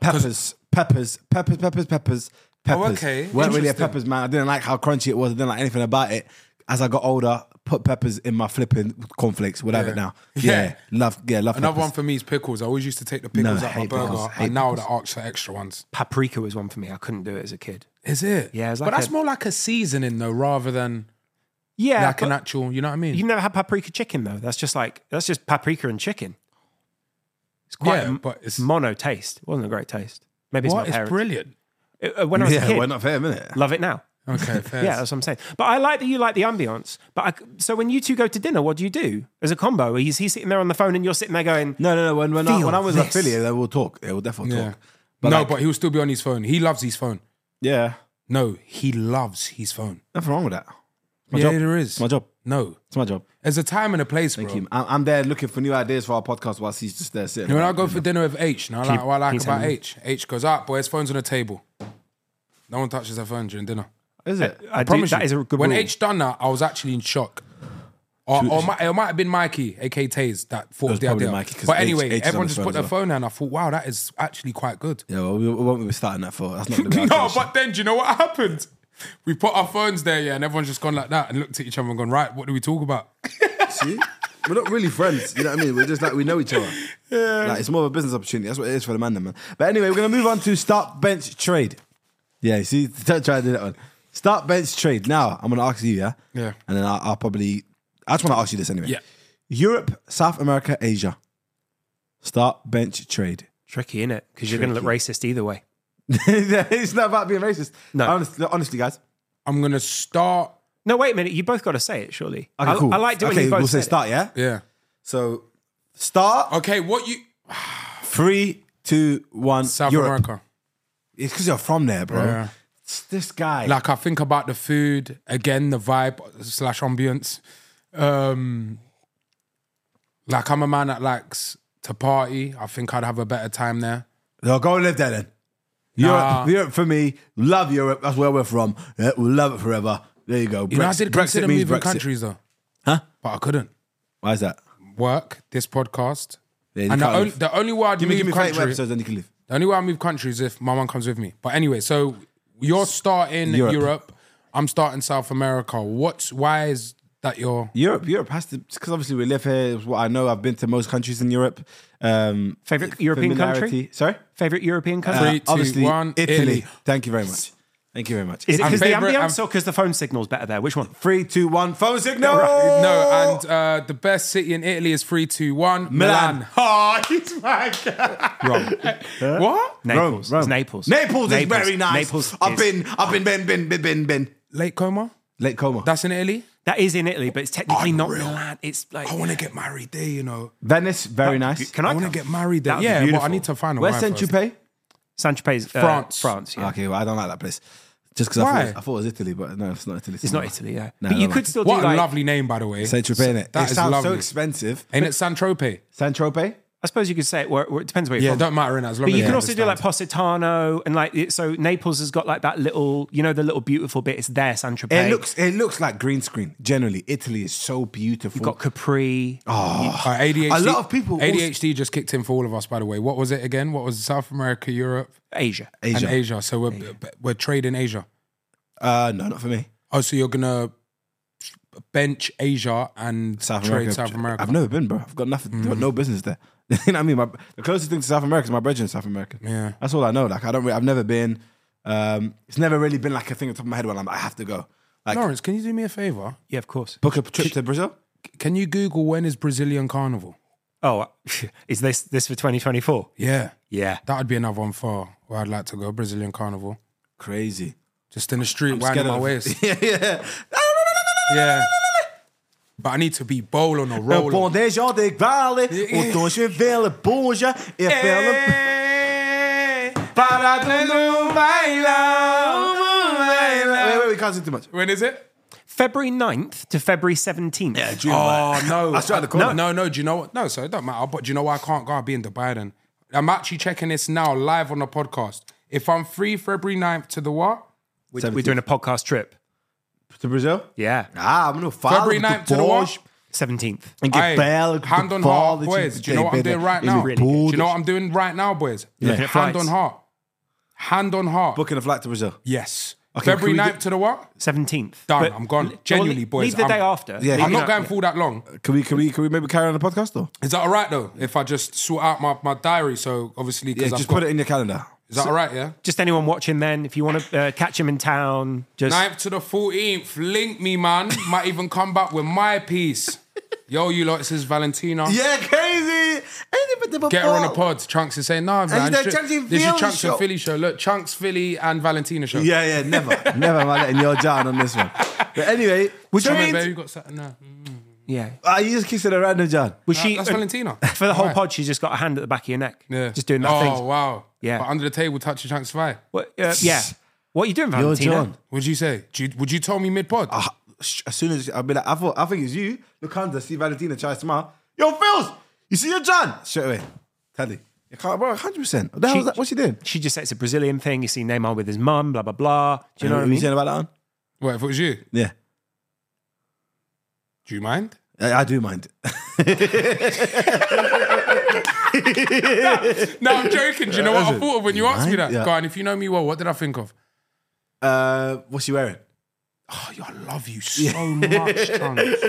Speaker 2: peppers, peppers, peppers, peppers, peppers, peppers.
Speaker 1: Oh, okay.
Speaker 2: Weren't really a
Speaker 1: Interesting.
Speaker 2: peppers man. I didn't like how crunchy it was. I didn't like anything about it. As I got older, put peppers in my flipping cornflakes. We'll have it now. Yeah,
Speaker 1: Yeah.
Speaker 2: love. Yeah, love.
Speaker 1: Another
Speaker 2: peppers.
Speaker 1: one for me is pickles. I always used to take the pickles
Speaker 2: No, I
Speaker 1: out my
Speaker 2: hate
Speaker 1: burger,
Speaker 2: pickles. I hate
Speaker 1: and now they
Speaker 2: pickles.
Speaker 1: ask for extra ones.
Speaker 3: Paprika was one for me. I couldn't do it as a kid.
Speaker 1: Is it?
Speaker 3: Yeah, it's
Speaker 1: but
Speaker 3: like
Speaker 1: that's
Speaker 3: a-
Speaker 1: more like a seasoning though, rather than
Speaker 3: Yeah.
Speaker 1: like an
Speaker 3: but-
Speaker 1: actual. You know what I mean?
Speaker 3: You've never had paprika chicken though. That's just like that's just paprika and chicken. It's quite
Speaker 1: Yeah,
Speaker 3: a m-
Speaker 1: but it's-
Speaker 3: mono taste. It wasn't a great taste. Maybe it's
Speaker 1: what?
Speaker 3: my
Speaker 1: It's
Speaker 3: parents.
Speaker 1: brilliant.
Speaker 3: Uh, uh, when I was
Speaker 2: yeah,
Speaker 3: a kid,
Speaker 2: we're not fair, innit?
Speaker 3: love it now.
Speaker 1: Okay, fair.
Speaker 3: Yeah, that's what I'm saying. But I like that you like the ambience. But I c so when you two go to dinner, what do you do as a combo? Is he sitting there on the phone and you're sitting there going,
Speaker 2: No, no, no. When when I,
Speaker 3: Feel
Speaker 2: when I was at
Speaker 3: this.
Speaker 2: Philly, they will talk. They will definitely
Speaker 1: Yeah.
Speaker 2: talk. But
Speaker 1: no,
Speaker 2: like,
Speaker 1: but he'll still be on his phone. He loves his phone.
Speaker 2: yeah,
Speaker 1: No, he loves his phone.
Speaker 2: nothing wrong with that. It's my
Speaker 1: yeah,
Speaker 2: job.
Speaker 1: there is.
Speaker 2: It's my job.
Speaker 1: No.
Speaker 2: It's my job.
Speaker 1: There's a time and a place,
Speaker 2: Thank
Speaker 1: bro.
Speaker 2: you. I'm, I'm there looking for new ideas for our podcast whilst he's just there sitting.
Speaker 1: You know, when I
Speaker 2: around.
Speaker 1: go for dinner with H, now I like,
Speaker 3: you-
Speaker 1: what I
Speaker 3: can you
Speaker 1: like
Speaker 3: tell
Speaker 1: about
Speaker 3: me?
Speaker 1: H. H goes up, boys, phone's on the table. No one touches their phone during dinner.
Speaker 2: Is it?
Speaker 3: I, do,
Speaker 1: Promise
Speaker 3: that
Speaker 1: you.
Speaker 3: is a good
Speaker 1: When
Speaker 3: rule.
Speaker 1: H done that, I was actually in shock. Or, or mi- it might have been Mikey, aka Taze, that thought
Speaker 2: was
Speaker 1: of the
Speaker 2: probably
Speaker 1: idea.
Speaker 2: Mikey, 'cause
Speaker 1: but
Speaker 2: H-
Speaker 1: anyway,
Speaker 2: H is on
Speaker 1: everyone
Speaker 2: his
Speaker 1: just
Speaker 2: phone
Speaker 1: put
Speaker 2: as
Speaker 1: their
Speaker 2: well.
Speaker 1: phone down. I thought, wow, that is actually quite good.
Speaker 2: Yeah, well, we, we won't be starting that for. That's not. the way I
Speaker 1: no,
Speaker 2: finish it.
Speaker 1: but then do you know what happened? We put our phones there, yeah, and everyone's just gone like that and looked at each other and gone, right, what do we talk about?
Speaker 2: See? We're not really friends, you know what I mean? We're just like we know each other. Yeah. Like it's more of a business opportunity. That's what it is for the man, then, man. But anyway, we're gonna move on to start bench trade. Yeah, you see, don't try to do that one. Start bench trade. Now I'm gonna ask you, yeah,
Speaker 1: Yeah.
Speaker 2: and then I'll, I'll probably. I just want to ask you this anyway.
Speaker 1: Yeah.
Speaker 2: Europe, South America, Asia. Start bench trade.
Speaker 3: Tricky, isn't it? Because you're going to look racist either way.
Speaker 2: it's not about being racist.
Speaker 3: No.
Speaker 2: honestly, honestly guys.
Speaker 1: I'm gonna start.
Speaker 3: No, wait a minute. You both got to say it, surely.
Speaker 2: Okay,
Speaker 3: I,
Speaker 2: cool.
Speaker 3: I liked it when
Speaker 2: Okay,
Speaker 3: you both
Speaker 2: we'll say
Speaker 3: said it.
Speaker 2: start. Yeah.
Speaker 1: Yeah.
Speaker 2: So start
Speaker 1: Okay. What you?
Speaker 2: three, two, one.
Speaker 1: South
Speaker 2: Europe.
Speaker 1: America.
Speaker 2: It's because you're from there, bro.
Speaker 1: Yeah.
Speaker 2: It's this guy.
Speaker 1: Like I think about the food again, the vibe slash ambience. Um, like I'm a man that likes to party. I think I'd have a better time there.
Speaker 2: no, go and live there then.
Speaker 1: Nah.
Speaker 2: Europe, Europe for me. Love Europe. That's where we're from. Yeah, we'll love it forever. There you go.
Speaker 1: You know, I did consider
Speaker 2: means
Speaker 1: moving
Speaker 2: Brexit.
Speaker 1: countries though,
Speaker 2: Huh?
Speaker 1: but I couldn't.
Speaker 2: Why is that?
Speaker 1: Work this podcast,
Speaker 2: Yeah, you
Speaker 1: and the
Speaker 2: can't
Speaker 1: only,
Speaker 2: leave.
Speaker 1: the only way I'd
Speaker 2: Give me,
Speaker 1: move
Speaker 2: give me
Speaker 1: country,
Speaker 2: five episodes and you can leave.
Speaker 1: the only way I move country is if my mum comes with me. But anyway, so you're starting
Speaker 2: Europe.
Speaker 1: Europe. I'm starting South America. What's why is that your?
Speaker 2: Europe, Europe has to because obviously we live here. It's what I know, I've been to most countries in Europe. Um,
Speaker 3: Favorite European
Speaker 2: familiarity-
Speaker 3: country?
Speaker 2: Sorry,
Speaker 3: Favorite European country?
Speaker 1: Three, two,
Speaker 2: obviously
Speaker 1: one,
Speaker 2: Italy.
Speaker 1: Italy.
Speaker 2: Thank you very much. Thank you very much.
Speaker 3: Is it
Speaker 2: And
Speaker 3: because the
Speaker 1: favourite-
Speaker 3: ambience
Speaker 1: I'm-
Speaker 3: or because the phone signal's better there? Which one?
Speaker 2: three, two, one, phone signal.
Speaker 1: No, and uh, the best city in Italy is three, two, one.
Speaker 2: Milan.
Speaker 1: Oh, he's my guy. What?
Speaker 3: Naples.
Speaker 2: Rome.
Speaker 3: It's Naples.
Speaker 2: Naples, is very nice.
Speaker 3: Naples.
Speaker 2: I've
Speaker 3: is-
Speaker 2: been, I've been, been, been, been, been, been.
Speaker 1: Late coma?
Speaker 2: Late coma.
Speaker 1: That's in Italy?
Speaker 3: That is in Italy, but it's technically not
Speaker 1: Unreal.
Speaker 3: Milan. It's like
Speaker 1: I want to get married there, you know.
Speaker 2: Venice, very nice.
Speaker 3: Can
Speaker 1: I,
Speaker 3: I,
Speaker 1: want to
Speaker 3: come?
Speaker 1: get married there.
Speaker 3: That'd
Speaker 1: Yeah, but I
Speaker 3: be beautiful.
Speaker 1: need to find a
Speaker 2: Where
Speaker 1: wife
Speaker 2: Saint
Speaker 1: first.
Speaker 2: Tropez?
Speaker 3: Saint-Tropez, uh,
Speaker 1: France.
Speaker 3: France. Yeah.
Speaker 2: Okay, well, I don't like that place. Just because I,
Speaker 1: Why?
Speaker 2: thought it was- I thought it was Italy, but no, it's not Italy.
Speaker 3: It's not
Speaker 2: somewhere.
Speaker 3: Italy. Yeah.
Speaker 2: No,
Speaker 3: but you
Speaker 2: no,
Speaker 3: could
Speaker 2: no.
Speaker 3: still
Speaker 1: What
Speaker 3: do
Speaker 1: a
Speaker 3: like
Speaker 1: lovely name, by the way.
Speaker 2: Saint Tropez, innit?
Speaker 1: That
Speaker 2: it
Speaker 1: is
Speaker 2: sounds
Speaker 1: lovely.
Speaker 2: so expensive.
Speaker 1: Ain't it San Tropez?
Speaker 2: Saint Tropez?
Speaker 3: I suppose you could say it. Where, where, it depends where you're
Speaker 1: Yeah,
Speaker 3: from.
Speaker 1: don't matter in as long
Speaker 3: But
Speaker 1: as
Speaker 3: you can
Speaker 1: I
Speaker 3: also do like Positano and like it- so Naples has got like that little you know the little beautiful bit. It's there, Saint
Speaker 2: It
Speaker 3: Tropez.
Speaker 2: looks, it looks like green screen. Generally, Italy is so beautiful.
Speaker 3: You've got Capri.
Speaker 2: Oh.
Speaker 1: Uh, ADHD,
Speaker 2: A lot of people also-
Speaker 1: ADHD just kicked in for all of us, by the way. What was it again? What was South America, Europe,
Speaker 3: Asia.
Speaker 2: Asia.
Speaker 1: and Asia? So we're we're trading Asia.
Speaker 2: Uh, no, not for me.
Speaker 1: Oh, so you're gonna bench Asia and
Speaker 2: South
Speaker 1: trade
Speaker 2: America.
Speaker 1: South America? Mm.
Speaker 2: I've never been, bro. I've got nothing. I've got no business there. you know what I mean? My, the closest thing to South America is my bridge in South America.
Speaker 1: Yeah.
Speaker 2: That's all I know. Like I don't. Really, I've never been. Um, it's never really been like a thing on top of my head when I'm. like, I have to go. Like
Speaker 1: Lawrence, can you do me a favor?
Speaker 3: Yeah, of course.
Speaker 2: book a trip to Brazil.
Speaker 1: Can you Google when is Brazilian Carnival?
Speaker 3: Oh, is this this for 2024?
Speaker 1: Yeah,
Speaker 3: Yeah.
Speaker 1: that would be another one for where I'd like to go. Brazilian Carnival,
Speaker 2: Crazy.
Speaker 1: just in the street, winding
Speaker 2: scared
Speaker 1: my
Speaker 2: of-
Speaker 1: waist.
Speaker 2: yeah, yeah.
Speaker 1: yeah, but I need to be bowling or rolling.
Speaker 2: Bom déjà de vale, o donjo vela bonja, e vela.
Speaker 1: Para quando baila.
Speaker 2: Wait, wait, we can't sing too much.
Speaker 1: When is it?
Speaker 3: February 9th to February 17th. Yeah,
Speaker 1: Oh no!
Speaker 2: That's right, the corner.
Speaker 1: No, no, no. Do you know what? No, so it don't matter. But do you know why I can't go? I'll be in Dubai then. I'm actually checking this now live on the podcast. If I'm free February 9th to the what?
Speaker 3: we're, we're doing a podcast trip.
Speaker 2: to Brazil.
Speaker 3: Yeah.
Speaker 2: Ah, I'm gonna follow
Speaker 1: February 9th to the what?
Speaker 3: 17th.
Speaker 2: and get
Speaker 1: Aye.
Speaker 2: bail.
Speaker 1: hand on heart, boys. Do you know what I'm doing right now? do you know what I'm doing right now, boys?
Speaker 3: looking at
Speaker 1: Hand
Speaker 3: flights.
Speaker 1: on heart. Hand on heart.
Speaker 2: Booking a flight to Brazil.
Speaker 1: yes.
Speaker 2: Okay,
Speaker 1: February
Speaker 2: can we
Speaker 1: 9th
Speaker 2: get-
Speaker 1: to the what?
Speaker 3: 17th.
Speaker 1: Done.
Speaker 3: But
Speaker 1: I'm gone.
Speaker 3: le- well,
Speaker 1: Genuinely,
Speaker 3: leave-
Speaker 1: boys,
Speaker 3: Leave the
Speaker 1: I'm-
Speaker 3: day after.
Speaker 2: Yeah,
Speaker 3: Leave
Speaker 1: I'm
Speaker 3: it
Speaker 1: not
Speaker 3: out.
Speaker 1: going for all that long.
Speaker 2: Can we? Can we? Can we maybe carry on the podcast though?
Speaker 1: Is that all right though? If I just sort out my, my diary, so obviously
Speaker 2: Yeah,
Speaker 1: because I've
Speaker 2: just
Speaker 1: got,
Speaker 2: put it in your calendar.
Speaker 1: Is that all right? Yeah.
Speaker 3: Just anyone watching then, if you want to uh, catch him in town, just.
Speaker 1: 9th to the 14th. Link me, man. Might even come back with my piece. Yo, you lot, this is Valentina.
Speaker 2: Yeah, crazy.
Speaker 1: Get her on the pod. Chunks is saying, nah, man.
Speaker 2: the
Speaker 1: it's ju-
Speaker 2: Chunks in
Speaker 1: this is
Speaker 2: Philly
Speaker 1: Chunks
Speaker 2: show.
Speaker 1: and Philly show. Look, Chunks, Philly, and Valentina show.
Speaker 2: Yeah, yeah, never, never am I letting your down on this one. But anyway, would
Speaker 1: Come on, babe, you got something there.
Speaker 3: Yeah.
Speaker 2: Are you just kissing a random John?
Speaker 3: Was
Speaker 1: Nah,
Speaker 3: she
Speaker 1: Uh,
Speaker 3: uh,
Speaker 1: that's Valentina.
Speaker 3: for the whole
Speaker 1: Right.
Speaker 3: pod? She's just got a hand at the back of your neck.
Speaker 2: Mm.
Speaker 1: Yeah.
Speaker 3: Just doing that
Speaker 1: oh,
Speaker 3: thing.
Speaker 1: wow.
Speaker 3: Yeah.
Speaker 1: But under the table, touch your Chunks' thigh.
Speaker 3: What, uh, yeah. What are you doing,
Speaker 2: Your
Speaker 3: Valentina?
Speaker 2: John.
Speaker 1: What'd you say? Do you- would you tell me mid pod?
Speaker 2: Ah, sh- As soon as I'll be like, I thought, I think it's you. Look under, see Valentina try to smile. Yo, Phils, you see your John? Straight away, Teddy. You can't, bro, hundred percent. What the hell is that? What's she doing?
Speaker 3: She just said it's a Brazilian thing. You see Neymar with his mum, blah, blah, blah. Do you know what I
Speaker 2: you
Speaker 3: mean?
Speaker 2: saying about that one?
Speaker 1: Wait, if it was you,
Speaker 2: Yeah,
Speaker 1: do you mind?
Speaker 2: I, I do mind.
Speaker 1: No, I'm joking. Do you know what I
Speaker 2: Uh, Listen,
Speaker 1: thought of when you
Speaker 2: you
Speaker 1: asked me
Speaker 2: mind?
Speaker 1: that?
Speaker 2: Yeah.
Speaker 1: Go on, if you know me well, what did I think of?
Speaker 2: Uh, what's she wearing?
Speaker 1: Oh, yo, I love you so much, Chunks.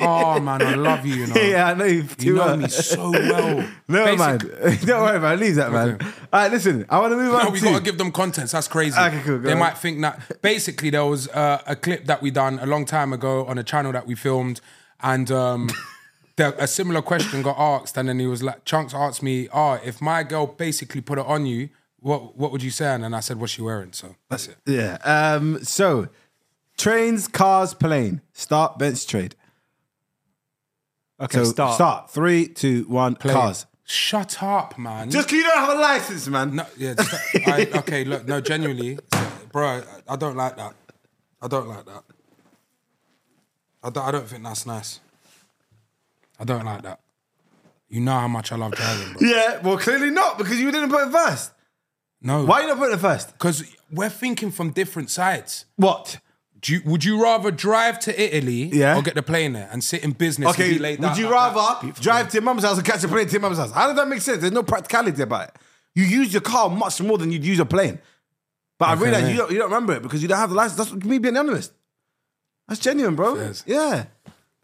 Speaker 1: Oh, man, I love you, you know.
Speaker 2: yeah, I uh, know you too
Speaker 1: You know
Speaker 2: well.
Speaker 1: me so well.
Speaker 2: Never mind.
Speaker 1: Basic-
Speaker 2: Don't worry, man. Leave that, man. All right, listen. I want to move
Speaker 1: No,
Speaker 2: on.
Speaker 1: we
Speaker 2: to-
Speaker 1: got to give them contents. That's crazy.
Speaker 2: Okay, cool, go
Speaker 1: they
Speaker 2: on.
Speaker 1: might think that. Basically, there was uh, a clip that we done a long time ago on a channel that we filmed, and um, there, a similar question got asked, and then he was like, "Chunks asked me, oh, if my girl basically put it on you, what what would you say?" And then I said, "What's she wearing?" So that's it.
Speaker 2: Yeah. Um. So, trains, cars, plane. Start bench trade.
Speaker 3: Okay,
Speaker 2: So
Speaker 3: start.
Speaker 2: Start. Three, two, one. Cars.
Speaker 1: Shut up, man.
Speaker 2: Just 'cause you don't have a license, man.
Speaker 1: no, yeah. just- I, okay, look, no, genuinely, bro, I, I don't like that. I don't like that. I don't, I don't think that's nice. I don't like that. You know how much I love driving, bro.
Speaker 2: Yeah. Well, clearly not because you didn't put it first.
Speaker 1: No,
Speaker 2: Why you not put it first?
Speaker 1: Because we're thinking from different sides.
Speaker 2: What?
Speaker 1: Do you, would you rather drive to Italy
Speaker 2: Yeah.
Speaker 1: or get the plane there and sit in business? and
Speaker 2: Okay.
Speaker 1: be laid
Speaker 2: would
Speaker 1: out
Speaker 2: you
Speaker 1: like that?
Speaker 2: rather drive to your mum's house or catch a plane to your mum's house? How does that make sense? There's no practicality about it. You use your car much more than you'd use a plane. But
Speaker 1: Okay,
Speaker 2: I realize
Speaker 1: mate.
Speaker 2: you don't, you don't remember it because you don't have the license. That's what- me being anonymous. That's genuine, bro.
Speaker 1: Yes.
Speaker 2: Yeah.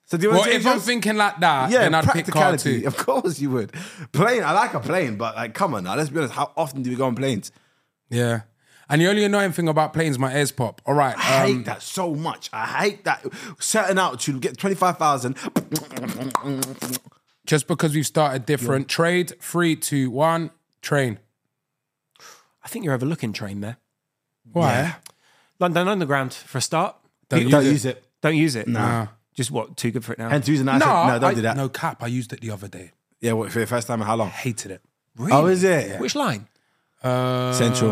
Speaker 2: So do you want
Speaker 1: Well,
Speaker 2: to
Speaker 1: if I'm thinking like that,
Speaker 2: yeah,
Speaker 1: then I'd pick car
Speaker 2: practicality.
Speaker 1: too.
Speaker 2: Of course you would. Plane, I like a plane, but like, come on now. Let's be honest. How often do we go on planes?
Speaker 1: Yeah. And the only annoying thing about planes, my ears pop. All right.
Speaker 2: I
Speaker 1: Um,
Speaker 2: hate that so much. I hate that. Certain altitude, get 25,000.
Speaker 1: just because we've started different trade, three, two, one, train.
Speaker 3: I think you're overlooking train there.
Speaker 1: Why?
Speaker 3: London Underground for a start.
Speaker 2: Don't,
Speaker 1: use
Speaker 2: use it.
Speaker 3: Don't use it. No. Just what? Too good for it now.
Speaker 2: And the reason
Speaker 1: No,
Speaker 2: I said, no, don't
Speaker 1: I-
Speaker 2: do that.
Speaker 1: No cap. I used it the other day.
Speaker 2: Yeah, what, for the first time in how long?
Speaker 1: Hated it.
Speaker 3: really?
Speaker 2: Oh, is it?
Speaker 3: Which line?
Speaker 1: Um,
Speaker 2: Central.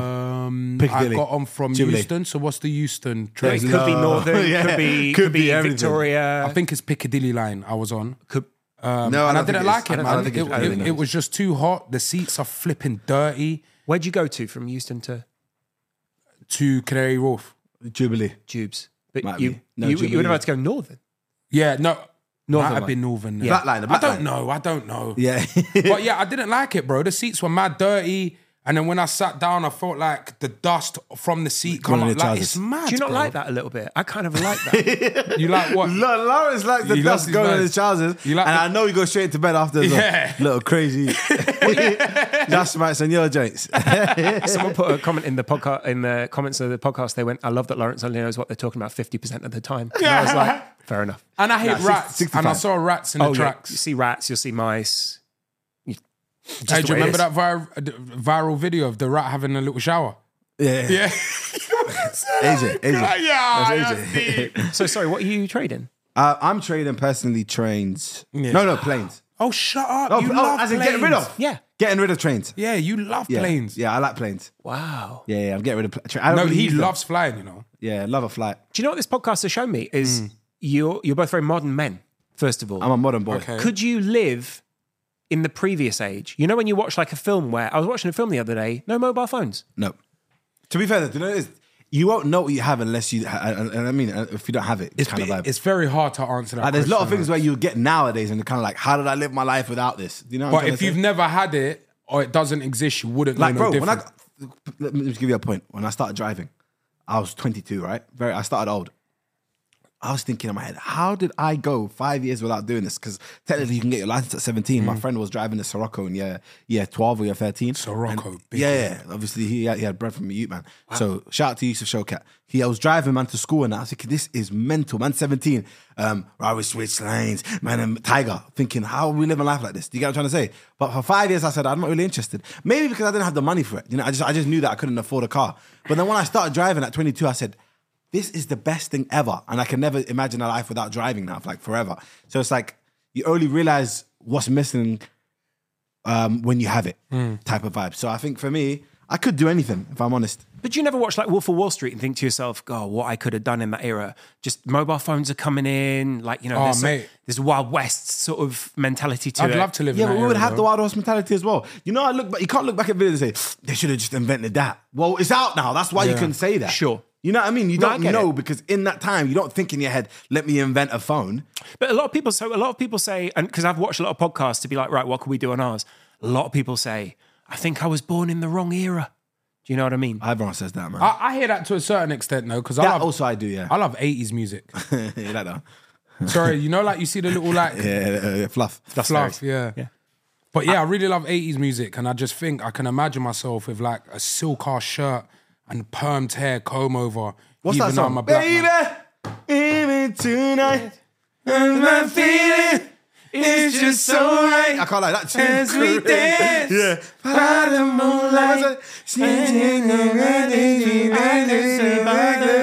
Speaker 2: Piccadilly.
Speaker 1: I got on from
Speaker 2: Jubilee.
Speaker 1: Euston. So what's the Euston
Speaker 3: It
Speaker 1: train?
Speaker 3: could be Northern.
Speaker 2: Yeah.
Speaker 3: Could be,
Speaker 2: Could
Speaker 3: could
Speaker 2: be
Speaker 3: be,
Speaker 2: everything.
Speaker 3: Victoria.
Speaker 1: I think it's Piccadilly line I was on. Um,
Speaker 3: could,
Speaker 2: no,
Speaker 1: and I,
Speaker 2: don't think
Speaker 1: didn't
Speaker 2: is.
Speaker 1: like
Speaker 2: I
Speaker 1: it,
Speaker 2: don't- I
Speaker 1: man.
Speaker 2: don't think
Speaker 1: It,
Speaker 2: it's- I don't
Speaker 1: it-
Speaker 2: think
Speaker 1: it
Speaker 2: it's.
Speaker 1: was just too hot. The seats are flipping dirty
Speaker 3: where'd you go to from Euston to
Speaker 1: to Canary Wharf.
Speaker 2: Jubilee.
Speaker 3: Tubes? But
Speaker 2: Might
Speaker 3: you,
Speaker 2: be. No,
Speaker 3: you, you would
Speaker 2: Jubilee.
Speaker 3: have had to go Northern.
Speaker 1: Yeah, no.
Speaker 3: Northern
Speaker 1: Might have
Speaker 3: line.
Speaker 1: been Northern.
Speaker 2: Yeah. Black line, the
Speaker 1: I
Speaker 2: black
Speaker 1: don't
Speaker 2: line.
Speaker 1: know. I don't know.
Speaker 2: Yeah.
Speaker 1: but yeah, I didn't like it, bro. The seats were mad dirty. And then when I sat down, I felt like the dust from the seat
Speaker 2: Going
Speaker 1: come
Speaker 2: in
Speaker 1: up.
Speaker 2: your
Speaker 1: Like,
Speaker 2: trousers.
Speaker 1: it's mad.
Speaker 3: Do you not
Speaker 1: bro.
Speaker 3: like that a little bit? I kind of like that.
Speaker 1: You like what?
Speaker 2: Lo- Lawrence likes the
Speaker 1: You lost
Speaker 2: dust
Speaker 1: his
Speaker 2: going on
Speaker 1: mind.
Speaker 2: his trousers.
Speaker 1: You like
Speaker 2: and
Speaker 1: the-
Speaker 2: I know you go straight to bed after. Yeah.
Speaker 1: Yeah.
Speaker 2: Little crazy. dust mites on your joints.
Speaker 3: Someone put a comment in the podcast in the comments of the podcast. They went, "I love that Lawrence only knows what they're talking about fifty percent of the time." And I was like, "Fair enough." Oh,
Speaker 1: and I hate
Speaker 2: six- Oh,
Speaker 1: rats.
Speaker 2: 65.
Speaker 1: and I saw rats in the
Speaker 3: yeah. You
Speaker 1: tracks.
Speaker 3: see rats. You'll see mice. You- just
Speaker 1: Hey,
Speaker 3: the
Speaker 1: do you
Speaker 3: way
Speaker 1: remember
Speaker 3: it is.
Speaker 1: that vir- uh, d- viral video of the rat having a little shower?
Speaker 2: Yeah.
Speaker 1: Yeah.
Speaker 2: AJ, AJ.
Speaker 1: Yeah,
Speaker 2: That's AJ.
Speaker 3: So sorry. What are you trading?
Speaker 2: Uh, I'm trading personally trains. No, no, planes.
Speaker 1: Oh, shut up.
Speaker 2: No,
Speaker 1: you
Speaker 2: oh,
Speaker 1: love
Speaker 2: as in
Speaker 1: planes.
Speaker 2: getting rid of.
Speaker 3: Yeah.
Speaker 2: Getting rid of trains.
Speaker 1: Yeah, you love
Speaker 2: Yeah.
Speaker 1: planes.
Speaker 2: Yeah, I like planes.
Speaker 3: Wow.
Speaker 2: Yeah, yeah, I'm getting rid of pl- tra- I don't
Speaker 1: No,
Speaker 2: really
Speaker 1: he
Speaker 2: use them.
Speaker 1: loves flying, you know.
Speaker 2: Yeah, love a flight.
Speaker 3: Do you know what this podcast has shown me is
Speaker 1: Hmm.
Speaker 3: you're you're both very modern men. First of all,
Speaker 2: I'm a modern boy.
Speaker 1: Okay.
Speaker 3: could you live in the previous age? You know when you watch like a film where I was watching a film the other day, no mobile phones.
Speaker 2: No. To be fair, though, do you know this? You won't know what you have unless you. ha- And and I mean, uh, if you don't have it,
Speaker 1: It's,
Speaker 2: kind of
Speaker 1: bi-
Speaker 2: like.
Speaker 1: it's very hard to answer that.
Speaker 2: Like, there's a lot of
Speaker 1: question,
Speaker 2: things where you get nowadays, and you're kind of like, how did I live my life without this? Do You know. What
Speaker 1: But
Speaker 2: I'm
Speaker 1: if
Speaker 2: trying
Speaker 1: you've
Speaker 2: to say?
Speaker 1: never had it or it doesn't exist, you wouldn't
Speaker 2: like,
Speaker 1: know
Speaker 2: bro,
Speaker 1: no
Speaker 2: when I
Speaker 1: difference.
Speaker 2: let me just give you a point. When I started driving, I was 22, right? Very, I started old. I was thinking in my head, how did I go five years without doing this? Because technically, you can get your license at 17. My friend was driving the Sirocco in year, year 12 or year 13.
Speaker 1: Sirocco,
Speaker 2: And-
Speaker 1: big
Speaker 2: yeah, yeah. Obviously, he had, he had bread from the Ute, man. So shout out to Yusuf Showcat. He, I was driving, man, to school, and I was thinking, this is mental, man. 17. Um, I was switch lanes, man, and Tiger, thinking, how are we living life like this? Do you get what I'm trying to say? But for five years, I said, I'm not really interested. Maybe because I didn't have the money for it. You know, I just, I just knew that I couldn't afford a car. But then when I started driving at 22, I said, this is the best thing ever. And I can never imagine a life without driving now, like forever. So it's like, you only realize what's missing um, when you have it
Speaker 1: Hmm.
Speaker 2: type of vibe. So I think for me, I could do anything if I'm honest.
Speaker 3: But you never watch like Wolf of Wall Street and think to yourself, God, what I could have done in that era. Just mobile phones are coming in, like you know,
Speaker 1: Oh,
Speaker 3: there's, a-
Speaker 1: mate.
Speaker 3: there's a Wild West sort of mentality to
Speaker 1: I'd
Speaker 3: it.
Speaker 1: love to live
Speaker 2: yeah,
Speaker 1: in that
Speaker 2: but we would
Speaker 1: era,
Speaker 2: have the
Speaker 1: though.
Speaker 2: wild horse mentality as well. You know, I look, back, you can't look back at videos and say they should have just invented that. Well, it's out now. That's why you
Speaker 1: Yeah.
Speaker 2: can say that.
Speaker 3: Sure.
Speaker 2: You know what I mean? You
Speaker 3: No,
Speaker 2: don't
Speaker 3: I get
Speaker 2: know
Speaker 3: it.
Speaker 2: because in that time you don't think in your head, let me invent a phone.
Speaker 3: But a lot of people, so a lot of people say, and because I've watched a lot of podcasts to be like, right, what can we do on ours? A lot of people say, I think I was born in the wrong era. Do you know what I mean?
Speaker 2: Everyone says that, man.
Speaker 1: I, I hear that to a certain extent, though, because I
Speaker 2: that
Speaker 1: love
Speaker 2: also I do, yeah.
Speaker 1: I love 80s music.
Speaker 2: yeah, that though.
Speaker 1: Sorry, you know, like you see the little like
Speaker 2: Yeah, yeah, yeah, fluff. Fluff.
Speaker 1: fluff, yeah. But yeah, I, really love 80s music, and I just think I can imagine myself with like a silk ass shirt and permed hair comb over.
Speaker 2: What's
Speaker 1: even
Speaker 2: that
Speaker 1: though
Speaker 2: song?
Speaker 1: I'm a black man.
Speaker 2: even tonight, and my feeling is just so right. I can't like that too.
Speaker 1: As we dance
Speaker 2: yeah. by the moonlight, singing around in the night,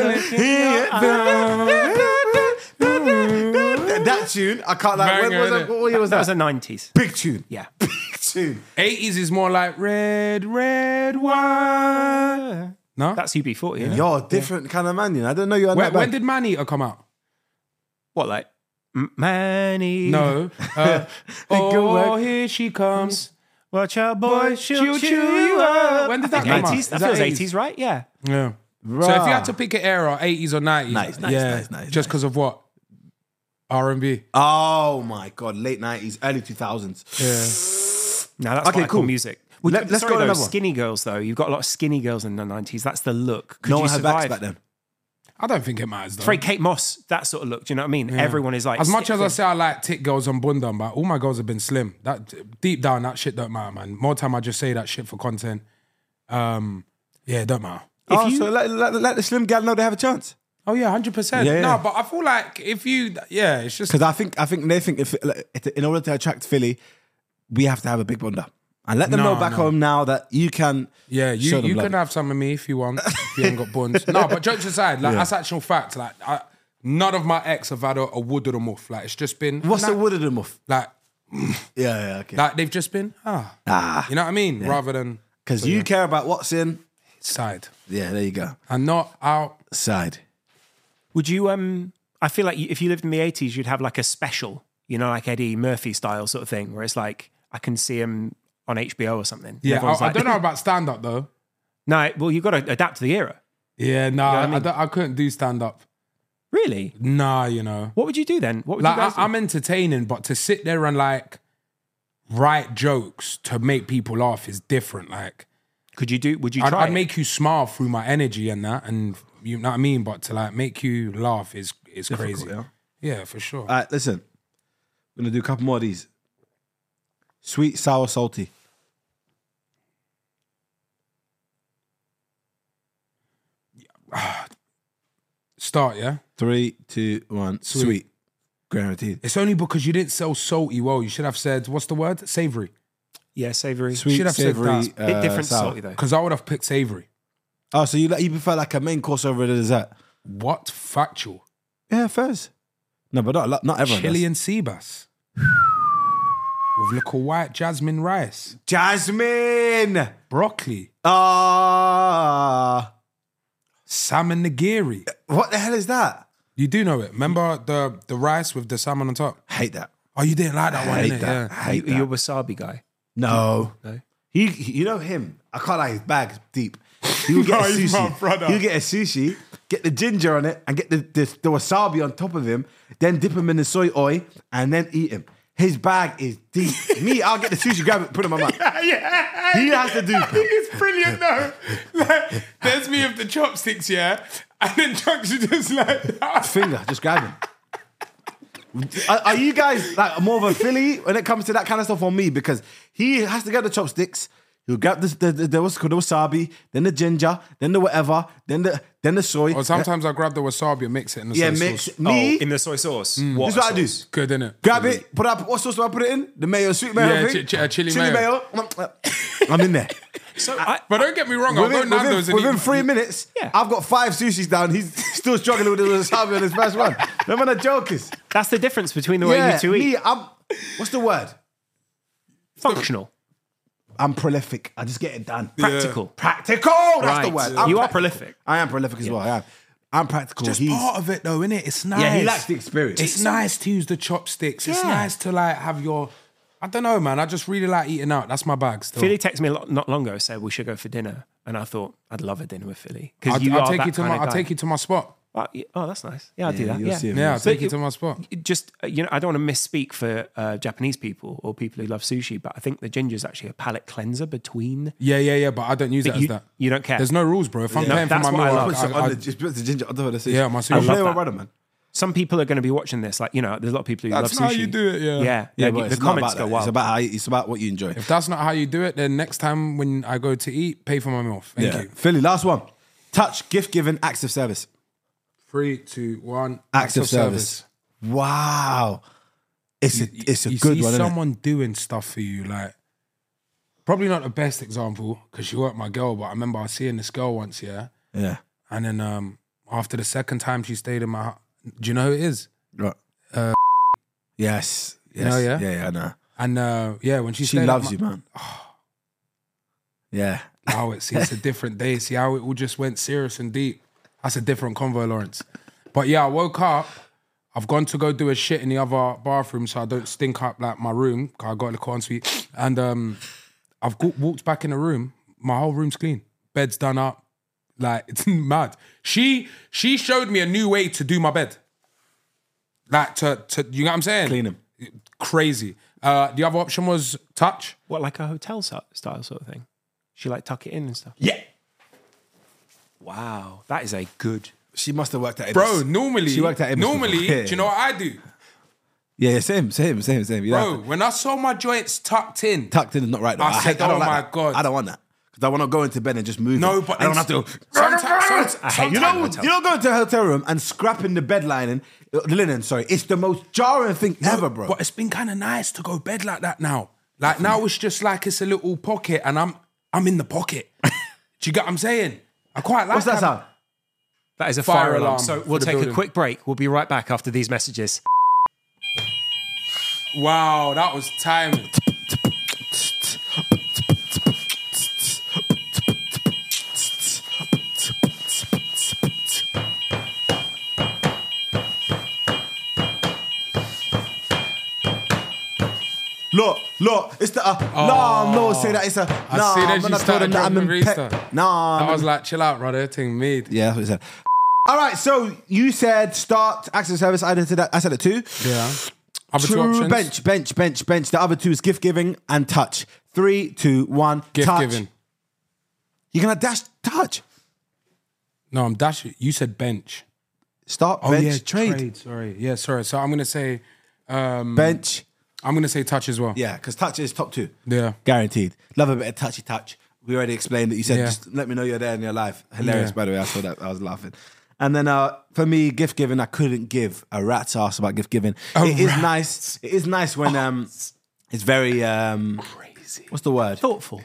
Speaker 2: yeah. That tune, I can't like. When
Speaker 1: Banger,
Speaker 2: was
Speaker 1: innit?
Speaker 2: it? What year was
Speaker 3: that
Speaker 2: that?
Speaker 3: was the nineties.
Speaker 2: big tune.
Speaker 3: Yeah.
Speaker 2: big tune.
Speaker 1: 80s is more like red, red wine. No?
Speaker 3: That's UB40. isn't it?
Speaker 2: You're a different kind of man, you know. I didn't know you had
Speaker 1: when,
Speaker 2: that.
Speaker 1: when
Speaker 2: back.
Speaker 1: did Man Eater come out?
Speaker 3: What like M- Manny?
Speaker 1: No. Uh, oh,
Speaker 2: work.
Speaker 1: here she comes.
Speaker 3: Watch out, boy. She'll
Speaker 1: She'll chew you up. When did that come out?
Speaker 3: Eighties. That
Speaker 1: Is that
Speaker 3: feels
Speaker 1: 80s?
Speaker 3: eighties, right? Yeah.
Speaker 1: Yeah. So if you
Speaker 2: Bruh.
Speaker 1: had to pick an era, 80s or 90s.
Speaker 2: Nice, nice,
Speaker 1: yeah,
Speaker 2: nice, nice,
Speaker 1: Just
Speaker 2: nice.
Speaker 1: because of what? R&B.
Speaker 2: Oh my god, late nineties, early two thousands.
Speaker 1: Yeah.
Speaker 3: No, that's
Speaker 2: Okay,
Speaker 3: okay, cool
Speaker 2: cool.
Speaker 3: music. Would
Speaker 2: Let-
Speaker 3: you-
Speaker 2: let's
Speaker 3: sorry,
Speaker 2: go to
Speaker 3: though,
Speaker 2: another one.
Speaker 3: skinny girls though. You've got a lot of skinny girls in the nineties. That's the look. Could
Speaker 2: No
Speaker 3: you
Speaker 2: one had backs
Speaker 3: survive?
Speaker 2: back then.
Speaker 1: I don't think it matters though.
Speaker 3: Very Kate Moss, that sort of look. Do you know what I mean? Everyone is like
Speaker 1: as much
Speaker 3: stiff
Speaker 1: as I
Speaker 3: and-
Speaker 1: say I like tit girls and bunda, but all my girls have been slim. That deep down, that shit don't matter, man. More time I just say that shit for content. Um, yeah, it don't matter.
Speaker 3: If
Speaker 2: oh,
Speaker 3: you-
Speaker 2: so let, let, let the slim gal know they have a chance.
Speaker 1: Oh yeah, hundred percent.
Speaker 2: Yeah, yeah.
Speaker 1: No, but I feel like if you, yeah, it's just
Speaker 2: Because I think I think they think if like, in order to attract Philly, we have to have a big bunda. And let them
Speaker 1: No,
Speaker 2: know back
Speaker 1: no.
Speaker 2: home now that you can.
Speaker 1: Yeah, you,
Speaker 2: show them
Speaker 1: you
Speaker 2: love.
Speaker 1: can have some of me if you want. if you ain't got buns. No, but jokes aside, like that's actual fact. Like I, none of my ex have had a, a wood or a muff. Like it's just been
Speaker 2: What's the
Speaker 1: nah.
Speaker 2: wood of the muff?
Speaker 1: Like
Speaker 2: Yeah, yeah, okay.
Speaker 1: like they've just been ah.
Speaker 2: Ah.
Speaker 1: You know what I mean? Rather than
Speaker 2: Because you care about what's in.
Speaker 1: side
Speaker 2: Yeah, there you go.
Speaker 1: and not out.
Speaker 2: Side.
Speaker 3: Would you? Um, I feel like you, if you lived in the eighties, you'd have like a special, you know, like Eddie Murphy style sort of thing, where it's like I can see him on HBO or something. And
Speaker 1: Yeah, I,
Speaker 3: everyone's
Speaker 1: I
Speaker 3: like,
Speaker 1: don't know about stand up though.
Speaker 3: No, well, you've got to adapt to the era.
Speaker 1: Yeah, nah,
Speaker 3: I
Speaker 1: I,
Speaker 3: mean-
Speaker 1: don't- I couldn't do stand up.
Speaker 3: Really?
Speaker 1: Nah, you know.
Speaker 3: What would you do then? What would
Speaker 1: Like
Speaker 3: you guys?
Speaker 1: I,
Speaker 3: do?
Speaker 1: I'm entertaining, but to sit there and like write jokes to make people laugh is different. Like
Speaker 3: Could you do? Would you
Speaker 1: I'd,
Speaker 3: try?
Speaker 1: I'd
Speaker 3: it?
Speaker 1: make you smile through my energy and that, and you know what I mean. But to like make you laugh is is crazy. Yeah, for sure.
Speaker 2: All right, listen. I'm going to do a couple more of these. Sweet, sour, salty.
Speaker 1: Start, yeah.
Speaker 2: Three, two, one. Sweet. Guaranteed.
Speaker 1: It's only because you didn't sell salty well. You should have said what's the word? Savory.
Speaker 3: yeah, savory.
Speaker 2: Sweet,
Speaker 1: Should have said
Speaker 2: savory,
Speaker 1: that.
Speaker 2: uh,
Speaker 3: Bit different
Speaker 2: sour.
Speaker 3: salty though.
Speaker 1: Because I would have picked savory.
Speaker 2: Oh, so you, like- you prefer like a main course over the dessert?
Speaker 1: What factual?
Speaker 2: Yeah, first. No, but not, not everyone.
Speaker 1: Chili
Speaker 2: does.
Speaker 1: and sea bass. With little white jasmine rice,
Speaker 2: Jasmine!
Speaker 1: broccoli,
Speaker 2: Ah,
Speaker 1: salmon nigiri.
Speaker 2: what the hell is that?
Speaker 1: You do know it. Remember the the rice with the salmon on top.
Speaker 2: Hate that.
Speaker 1: Oh, you didn't like that one.
Speaker 2: I hate
Speaker 1: innit?
Speaker 2: that.
Speaker 1: Yeah.
Speaker 2: I hate
Speaker 3: you, are
Speaker 2: that.
Speaker 3: a wasabi guy.
Speaker 2: No.
Speaker 3: No?
Speaker 2: He, he- you know him. I can't lie, his bag's deep. He would get
Speaker 1: No,
Speaker 2: a
Speaker 1: he's my
Speaker 2: sushi.
Speaker 1: brother.
Speaker 2: He'll get a sushi, get the ginger on it, and get the, the, the wasabi on top of him, then dip him in the soy oil, and then eat him. His bag is deep. Me, I'll get the sushi, grab it, put it in my mouth.
Speaker 1: yeah.
Speaker 2: He has to do-
Speaker 1: I think it's brilliant though. Like, there's me with the chopsticks, yeah, and then Chuck's just like that.
Speaker 2: Finger, just grab him. Are, are you guys like more of a Philly when it comes to that kind of stuff on me? Because he has to get the chopsticks. He'll grab the the, the, the, what's it called, the wasabi, then the ginger, then the whatever, then the then the soy.
Speaker 1: Or sometimes I grab the wasabi and mix it in the
Speaker 2: yeah,
Speaker 1: soy
Speaker 2: mix
Speaker 1: sauce. Oh,
Speaker 2: me.
Speaker 3: Oh, in the soy sauce.
Speaker 1: Mm.
Speaker 2: this is what I do.
Speaker 1: Good, innit?
Speaker 2: Grab it, put up. What sauce do I put it in? The mayo, sweet mayo,
Speaker 1: Yeah,
Speaker 2: I think.
Speaker 1: chi- chi- chili
Speaker 2: mayo.
Speaker 1: mayo.
Speaker 2: I'm in there.
Speaker 3: So I,
Speaker 1: But don't get me wrong, I'll go
Speaker 2: Within, within-
Speaker 1: Nando's and
Speaker 2: within
Speaker 1: eat-
Speaker 2: three minutes,
Speaker 3: Yeah.
Speaker 2: I've got five sushis down. He's still struggling with the wasabi on his first one. Remember the jokers?
Speaker 3: that's the difference between the way you two eat.
Speaker 2: Me, I'm. What's the word?
Speaker 3: Functional,
Speaker 2: I'm prolific. I just get it done.
Speaker 3: practical.
Speaker 2: Practical. That's the
Speaker 3: Right.
Speaker 2: word.
Speaker 3: Yeah. You
Speaker 2: practical.
Speaker 3: are prolific.
Speaker 2: I am prolific as well. I am. I'm practical.
Speaker 1: Just
Speaker 2: He's-
Speaker 1: part of it though, innit? It's nice.
Speaker 2: Yeah, he likes the experience.
Speaker 1: It's nice to use the chopsticks. It's
Speaker 2: Yeah.
Speaker 1: nice to like have your. I don't know, man. I just really like eating out. That's my bag still.
Speaker 3: Philly texted me a lot, not long ago, said we should go for dinner, and I thought I'd love a dinner with Philly
Speaker 1: I'll,
Speaker 3: because you
Speaker 1: I'll
Speaker 3: are
Speaker 1: take
Speaker 3: that
Speaker 1: you to
Speaker 3: kind
Speaker 1: my.
Speaker 3: of
Speaker 1: I'll
Speaker 3: guy.
Speaker 1: take you to my spot.
Speaker 3: Oh, yeah. oh, that's nice. Yeah, I'll do that.
Speaker 2: you'll
Speaker 3: Yeah,
Speaker 2: see him.
Speaker 1: Yeah, I'll
Speaker 3: But
Speaker 1: take you
Speaker 3: you-
Speaker 1: to my spot.
Speaker 3: just uh, you know, I don't want to misspeak for uh, Japanese people or people who love sushi, but I think the ginger is actually a palate cleanser between.
Speaker 1: Yeah, yeah, yeah. But I don't use it as
Speaker 3: you-
Speaker 1: that.
Speaker 3: you don't care.
Speaker 1: There's no rules, bro. If I'm
Speaker 3: No,
Speaker 1: paying for
Speaker 3: that's
Speaker 1: my meal,
Speaker 3: what I
Speaker 1: I-
Speaker 3: love.
Speaker 2: So
Speaker 1: I-
Speaker 2: on
Speaker 1: I-
Speaker 2: the, just put the ginger on top of the sushi.
Speaker 1: Yeah, my sushi. I love
Speaker 2: I'm playing with
Speaker 3: that.
Speaker 2: brother, man.
Speaker 3: Some people are going to be watching this, like you know, there's a lot of people who
Speaker 1: That's
Speaker 3: love
Speaker 1: how
Speaker 3: sushi.
Speaker 1: you do it, yeah.
Speaker 3: yeah.
Speaker 2: Yeah,
Speaker 3: the-
Speaker 2: but
Speaker 3: the
Speaker 2: it's not
Speaker 3: comments
Speaker 2: about
Speaker 3: go
Speaker 2: that.
Speaker 3: wild.
Speaker 2: It's about how, it's about what you enjoy.
Speaker 1: If that's not how you do it, then next time when I go to eat, pay for my meal. Thank
Speaker 2: Yeah.
Speaker 1: you.
Speaker 2: Philly, last one. Touch, gift giving, acts of service.
Speaker 1: Three, two, one.
Speaker 2: Acts, of, service. Wow. It's a, it's a
Speaker 1: you
Speaker 2: good
Speaker 1: see
Speaker 2: one. Someone,
Speaker 1: someone doing stuff for you, like probably not the best example because she weren't my girl, but I remember I seeing this girl once, yeah,
Speaker 2: yeah.
Speaker 1: and then um after the second time she stayed in my, hou- do you know who it is?
Speaker 2: Right. yes. Yes.
Speaker 1: Uh, know, yeah?
Speaker 2: yeah, I know.
Speaker 1: And uh yeah, when she
Speaker 2: She
Speaker 1: stayed at
Speaker 2: loves
Speaker 1: my-
Speaker 2: you, man.
Speaker 1: Oh.
Speaker 2: yeah.
Speaker 1: Wow, it's it's a different day. See how it all just went serious and deep. That's a different convo, Lawrence. But yeah, I woke up. I've gone to go do a shit in the other bathroom so I don't stink up like my room. 'cause I got a little ensuite, and um, I've got, walked back in the room. My whole room's clean. Bed's done up. Like it's mad. She she showed me a new way to do my bed. Like to to you know what I'm saying?
Speaker 2: Clean 'em.
Speaker 1: Crazy. Uh, the other option was touch.
Speaker 3: What like a hotel so- style sort of thing? She like tuck it in and stuff.
Speaker 2: Yeah.
Speaker 3: Wow, that is a good.
Speaker 2: She must have worked at
Speaker 1: Bro, normally,
Speaker 2: She worked at Ibis
Speaker 1: normally,
Speaker 2: before. Yeah.
Speaker 1: do you know what I do?
Speaker 2: Yeah, yeah, same, same, same, same. You don't
Speaker 1: Bro,
Speaker 2: have to-
Speaker 1: when I saw my joints tucked in,
Speaker 2: tucked in is not right. Though.
Speaker 1: I
Speaker 2: I,
Speaker 1: said,
Speaker 2: hate, I don't
Speaker 1: "Oh
Speaker 2: like
Speaker 1: my
Speaker 2: that.
Speaker 1: God."
Speaker 2: I don't want that. 'Cause I want to go into bed and just move.
Speaker 1: No,
Speaker 2: it.
Speaker 1: but
Speaker 2: I don't
Speaker 1: then
Speaker 2: have to.
Speaker 1: sometimes- sometimes-
Speaker 2: I hate you know,
Speaker 1: sometimes-
Speaker 2: you know, going to a hotel room and scrapping the bed lining, uh, linen. Sorry, it's the most jarring thing ever, bro.
Speaker 1: But it's been kind of nice to go bed like that now. Like now it's just like it's a little pocket and I'm I'm in the pocket. Do you get what I'm saying? I quite like
Speaker 2: What's that
Speaker 1: having-
Speaker 2: sound?
Speaker 4: That is a
Speaker 1: Fire
Speaker 4: fire, alarm.
Speaker 1: alarm
Speaker 4: So
Speaker 1: for
Speaker 4: we'll
Speaker 1: the
Speaker 4: take
Speaker 1: building.
Speaker 4: a quick break. We'll be right back after these messages.
Speaker 1: Wow, that was timing.
Speaker 2: Look, look, it's the uh, nah, no, say that it's a
Speaker 1: Oh, I
Speaker 2: nah.
Speaker 1: see that
Speaker 2: man,
Speaker 1: you
Speaker 2: I told
Speaker 1: started
Speaker 2: him that I'm
Speaker 1: dropping
Speaker 2: in
Speaker 1: Rista.
Speaker 2: pe- Nah,
Speaker 1: I
Speaker 2: man.
Speaker 1: was like, chill out, brother. Thing made.
Speaker 2: Yeah, that's what he said. All right, so you said start access service. I did that. I said it too.
Speaker 1: Yeah. Other two
Speaker 2: True
Speaker 1: options.
Speaker 2: bench, bench, bench, bench. The other two is gift giving and touch. Three, two, one.
Speaker 1: Gift
Speaker 2: touch.
Speaker 1: giving.
Speaker 2: You're gonna dash touch.
Speaker 1: No, I'm dashing. You said bench.
Speaker 2: Start
Speaker 1: Oh,
Speaker 2: bench trade.
Speaker 1: Sorry. Yeah, sorry. So I'm gonna say um
Speaker 2: bench.
Speaker 1: I'm gonna say touch as well.
Speaker 2: Yeah, because touch is top two.
Speaker 1: Yeah.
Speaker 2: guaranteed. Love a bit of touchy touch. We already explained that you said
Speaker 1: Yeah.
Speaker 2: just let me know you're there in your life. Hilarious,
Speaker 1: Yeah.
Speaker 2: by the way. I saw that. I was laughing. And then uh, for me, gift giving, I couldn't give a rat's ass about gift giving.
Speaker 1: A
Speaker 2: it is
Speaker 1: rat's
Speaker 2: nice. It is nice when um, it's very um, crazy. What's the word?
Speaker 4: Thoughtful.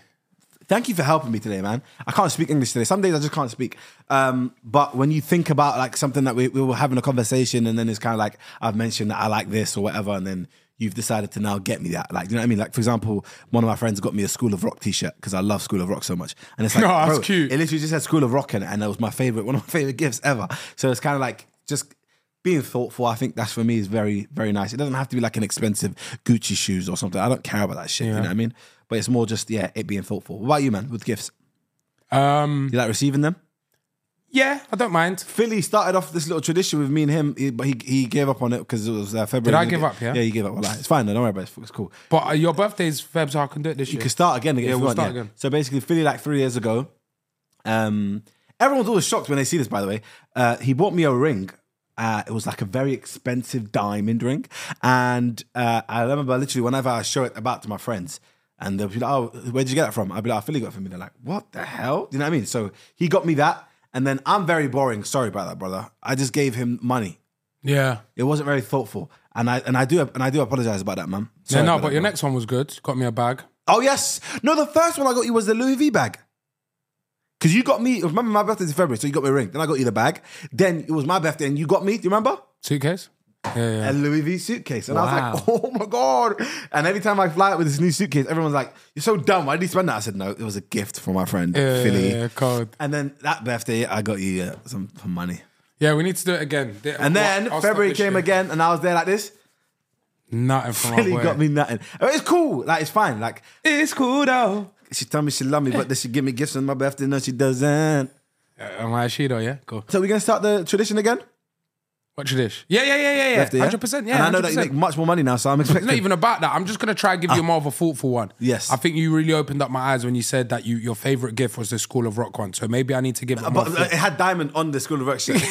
Speaker 2: Thank you for helping me today, man. I can't speak English today. Some days I just can't speak. Um, but when you think about like something that we, we were having a conversation, and then it's kind of like I've mentioned that I like this or whatever, and then you've decided to now get me that. Like, do you know what I mean? Like, for example, one of my friends got me a School of Rock T-shirt because I love School of Rock so much, and it's like,
Speaker 1: No, Oh, that's
Speaker 2: bro,
Speaker 1: cute.
Speaker 2: It literally just had School of Rock in it, and that was my favorite, one of my favorite gifts ever. So it's kind of like just. Being thoughtful, I think that's for me is very, very nice. It doesn't have to be like an expensive Gucci shoes or something. I don't care about that shit. You know what I mean? But it's more just yeah, it being thoughtful. What about you, man? With gifts,
Speaker 1: Um
Speaker 2: you like receiving them?
Speaker 1: yeah, I don't mind.
Speaker 2: Philly started off this little tradition with me and him, he- but he, he gave up on it because it was uh, February.
Speaker 1: I give up, yeah?
Speaker 2: yeah, you gave up. Well, like, it's fine. though, Don't worry about it. It's, it's cool.
Speaker 1: But uh, your birthday's Feb, so I can do it this
Speaker 2: You
Speaker 1: year.
Speaker 2: can start again. again
Speaker 1: Yeah,
Speaker 2: if you
Speaker 1: we'll
Speaker 2: want,
Speaker 1: start
Speaker 2: yeah.
Speaker 1: again.
Speaker 2: So basically, Philly, like three years ago, um, everyone's always shocked when they see this. By the way, uh, he bought me a ring. Uh, it was like a very expensive diamond ring, and uh, I remember literally whenever I show it about to my friends, and they'll be like, "Oh, where did you get that from?" I'd be like, oh, "Philly got it for me." They're like, "What the hell?" You know what I mean? So he got me that, and then I'm very boring. Sorry about that, brother. I just gave him money.
Speaker 1: yeah.
Speaker 2: It wasn't very thoughtful, and I and I do and I do apologize about that, man.
Speaker 1: Yeah,
Speaker 2: Sorry uh,
Speaker 1: no,
Speaker 2: about
Speaker 1: but
Speaker 2: that,
Speaker 1: your
Speaker 2: bro.
Speaker 1: next one was good. Got me a bag.
Speaker 2: Oh yes. No, the first one I got you was the Louis V bag. Cause you got me. Remember my birthday's in February, so you got me a ring. Then I got you the bag. Then it was my birthday, and you got me. Do you remember?
Speaker 1: Suitcase? Yeah,
Speaker 2: A
Speaker 1: yeah.
Speaker 2: Louis V suitcase. And I was like, oh my God. And every time I fly out with this new suitcase, everyone's like, you're so dumb. Why did you spend that? I said, no, it was a gift from my friend,
Speaker 1: Yeah,
Speaker 2: Philly.
Speaker 1: yeah, yeah, cold.
Speaker 2: And then that birthday, I got you uh, some, some money.
Speaker 1: Yeah, we need to do it again. Th-
Speaker 2: And then
Speaker 1: I'll stop
Speaker 2: February
Speaker 1: this
Speaker 2: came
Speaker 1: shit.
Speaker 2: again, and I was there like this.
Speaker 1: Nothing from
Speaker 2: Philly
Speaker 1: my boy.
Speaker 2: got me nothing. Oh, It's cool. Like, it's fine. Like,
Speaker 1: It's cool though.
Speaker 2: she told me she loved me, but does she give me gifts on my birthday? No, she doesn't.
Speaker 1: Uh, am I a she though? Yeah, cool.
Speaker 2: So we're gonna start the tradition again.
Speaker 1: Watch this. Yeah, yeah, yeah, yeah, yeah.
Speaker 2: Lefty,
Speaker 1: Hundred percent. Yeah,
Speaker 2: And I know
Speaker 1: 100%.
Speaker 2: that you make much more money now, so I'm
Speaker 1: It's
Speaker 2: expecting.
Speaker 1: not even about that. I'm just gonna try and give you more of a thoughtful one.
Speaker 2: Yes.
Speaker 1: I think you really opened up my eyes when you said that you your favorite gift was the School of Rock one. So maybe I need to give it. more
Speaker 2: but uh,
Speaker 1: thought.
Speaker 2: it had diamond on the school of rock shirt.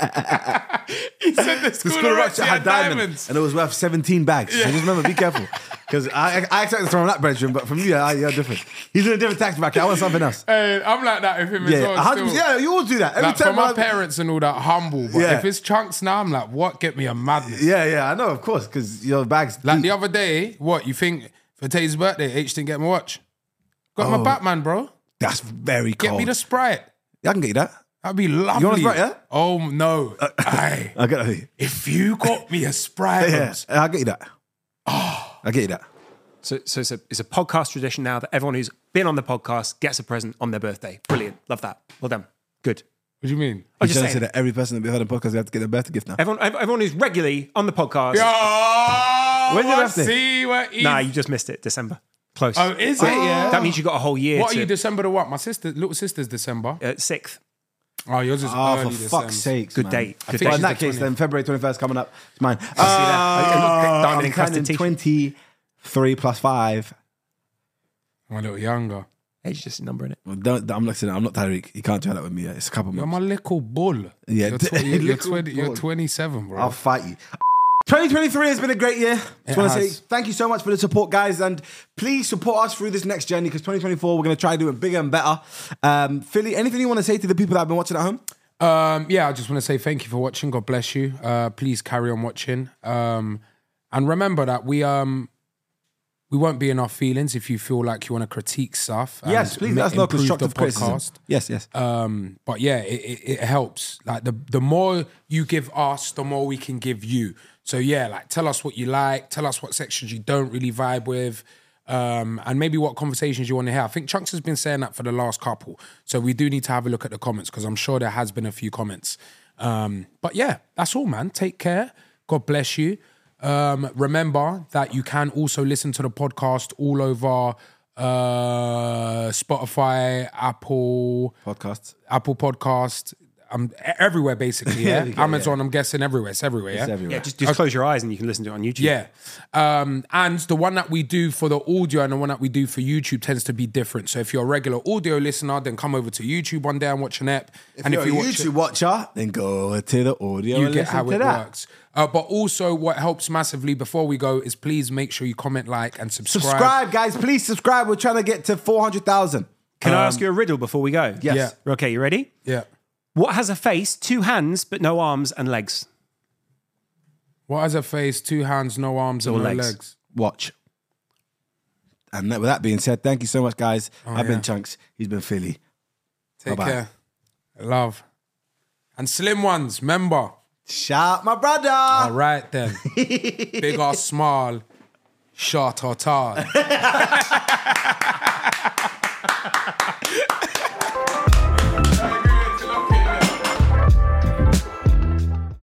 Speaker 1: He said the
Speaker 2: The
Speaker 1: School,
Speaker 2: school of rock shirt had diamonds, and it was worth 17 bags. So just remember, be careful, because I, I expected from that bedroom, but from you, I, you're different. He's in a different tax bracket. I want something else.
Speaker 1: Hey, I'm like that with him
Speaker 2: Yeah,
Speaker 1: as well.
Speaker 2: yeah, 100%.
Speaker 1: still.
Speaker 2: yeah, you all do that every
Speaker 1: Like, for
Speaker 2: time.
Speaker 1: my
Speaker 2: I-
Speaker 1: parents and all that humble, but
Speaker 2: Yeah.
Speaker 1: if it's chunks now, I'm like, what? Get me a madness.
Speaker 2: yeah, yeah, I know, of course, because your bags.
Speaker 1: Like the other day, what you think for Tay's birthday? H didn't get my watch. Got my Batman, bro.
Speaker 2: that's very
Speaker 1: Get
Speaker 2: Oh. cold.
Speaker 1: me the Sprite.
Speaker 2: I can get you that.
Speaker 1: That'd be lovely.
Speaker 2: Sprite, yeah? Uh,
Speaker 1: Oh no! Aye.
Speaker 2: I'll get that.
Speaker 1: if you got me a Sprite,
Speaker 2: Yeah, I'll get you that.
Speaker 1: Oh.
Speaker 2: I'll get you that.
Speaker 4: So, so it's, a, it's a podcast tradition now that everyone who's been on the podcast gets a present on their birthday. Brilliant. Love that. Well done. Good.
Speaker 1: what do you mean?
Speaker 4: I'm
Speaker 2: You
Speaker 4: just
Speaker 2: should
Speaker 4: saying.
Speaker 2: say that every person that we've had on podcast, we have to get their birthday gift now.
Speaker 4: Everyone, ev- everyone who's regularly on the podcast.
Speaker 1: Yo,
Speaker 2: When's your
Speaker 1: I
Speaker 2: birthday?
Speaker 1: see what he.
Speaker 4: Nah, you just missed it. December. Close.
Speaker 1: oh, is it? Yeah.
Speaker 4: That means you got a whole year.
Speaker 1: what
Speaker 4: to,
Speaker 1: are you December to what? My sister, little sister's December.
Speaker 4: uh, sixth.
Speaker 1: Oh, yours is
Speaker 2: Oh,
Speaker 1: early
Speaker 2: for
Speaker 1: December.
Speaker 2: fuck's sake.
Speaker 4: Good date. Good
Speaker 1: think
Speaker 4: date.
Speaker 2: Well, in
Speaker 1: She's
Speaker 2: that
Speaker 1: the
Speaker 2: case,
Speaker 1: 20th.
Speaker 2: then February 21st coming up. It's mine. Uh,
Speaker 4: that? Diamond
Speaker 2: I'm
Speaker 4: encrusted
Speaker 2: turning
Speaker 4: t-shirt.
Speaker 2: 20, 3 plus 5.
Speaker 1: I'm a little younger.
Speaker 4: Age just a number in it.
Speaker 2: Well, don't, I'm looking at I'm not Tyreek. You can't try that with me. Yet. It's a couple
Speaker 1: You're
Speaker 2: months.
Speaker 1: my little bull.
Speaker 2: Yeah.
Speaker 1: You're, tw- you're,
Speaker 2: Little
Speaker 1: 20, you're
Speaker 2: bull.
Speaker 1: 27, bro.
Speaker 2: I'll fight you. 2023 has been a great year. Just
Speaker 1: It
Speaker 2: want to
Speaker 1: has.
Speaker 2: say thank you so much for the support, guys, and please support us through this next journey because 2024 we're going to try doing bigger and better. Um, Philly, anything you want to say to the people that have been watching at home?
Speaker 1: Um, yeah, I just want to say thank you for watching. God bless you. Uh, please carry on watching. Um, and remember that we um we won't be in our feelings if you feel like you want to critique stuff. and
Speaker 2: yes, please.
Speaker 1: ma-
Speaker 2: That's not
Speaker 1: improve the
Speaker 2: constructive criticism. Yes, yes.
Speaker 1: Um, but yeah, it, it, it helps. Like the the more you give us, the more we can give you. So yeah, like tell us what you like, tell us what sections you don't really vibe with, um, and maybe what conversations you want to hear. I think Chunks has been saying that for the last couple, so we do need to have a look at the comments because I'm sure there has been a few comments. Um, but yeah, that's all, man. Take care. God bless you. Um, remember that you can also listen to the podcast all over uh, Spotify, Apple,
Speaker 2: Podcasts.
Speaker 1: Apple Podcast. I'm everywhere basically. Yeah, Amazon. I'm guessing everywhere. It's everywhere. Yeah,
Speaker 2: everywhere.
Speaker 4: Yeah, just, just close your eyes and you can listen to it on YouTube.
Speaker 1: yeah. Um, and the one that we do for the audio and the one that we do for YouTube tends to be different. So if you're a regular audio listener, then come over to YouTube one day and watch an app. and
Speaker 2: if you're a
Speaker 1: watch it-
Speaker 2: YouTube watcher, then go to the audio
Speaker 1: you
Speaker 2: and
Speaker 1: get
Speaker 2: listen
Speaker 1: how
Speaker 2: to
Speaker 1: it
Speaker 2: that.
Speaker 1: works. Uh, but also, what helps massively before we go is please make sure you comment, like, and subscribe.
Speaker 2: Subscribe, guys. Please subscribe. We're trying to get to 400,000.
Speaker 4: Can I
Speaker 1: Um,
Speaker 4: ask you a riddle before we go?
Speaker 2: Yes.
Speaker 1: Yeah.
Speaker 4: Okay, you ready?
Speaker 1: Yeah.
Speaker 4: What has a face, two hands, but no arms and legs?
Speaker 1: What has a face, two hands, no arms, and
Speaker 4: Or
Speaker 1: no
Speaker 4: legs.
Speaker 1: legs?
Speaker 2: Watch. And that, with that being said, thank you so much, guys. I've
Speaker 1: Oh, yeah.
Speaker 2: been Chunks. He's been Philly.
Speaker 1: Take
Speaker 2: Bye-bye.
Speaker 1: care. Love. And slim ones, member.
Speaker 2: Shout, my brother.
Speaker 1: All right then. Big or small, short or tall.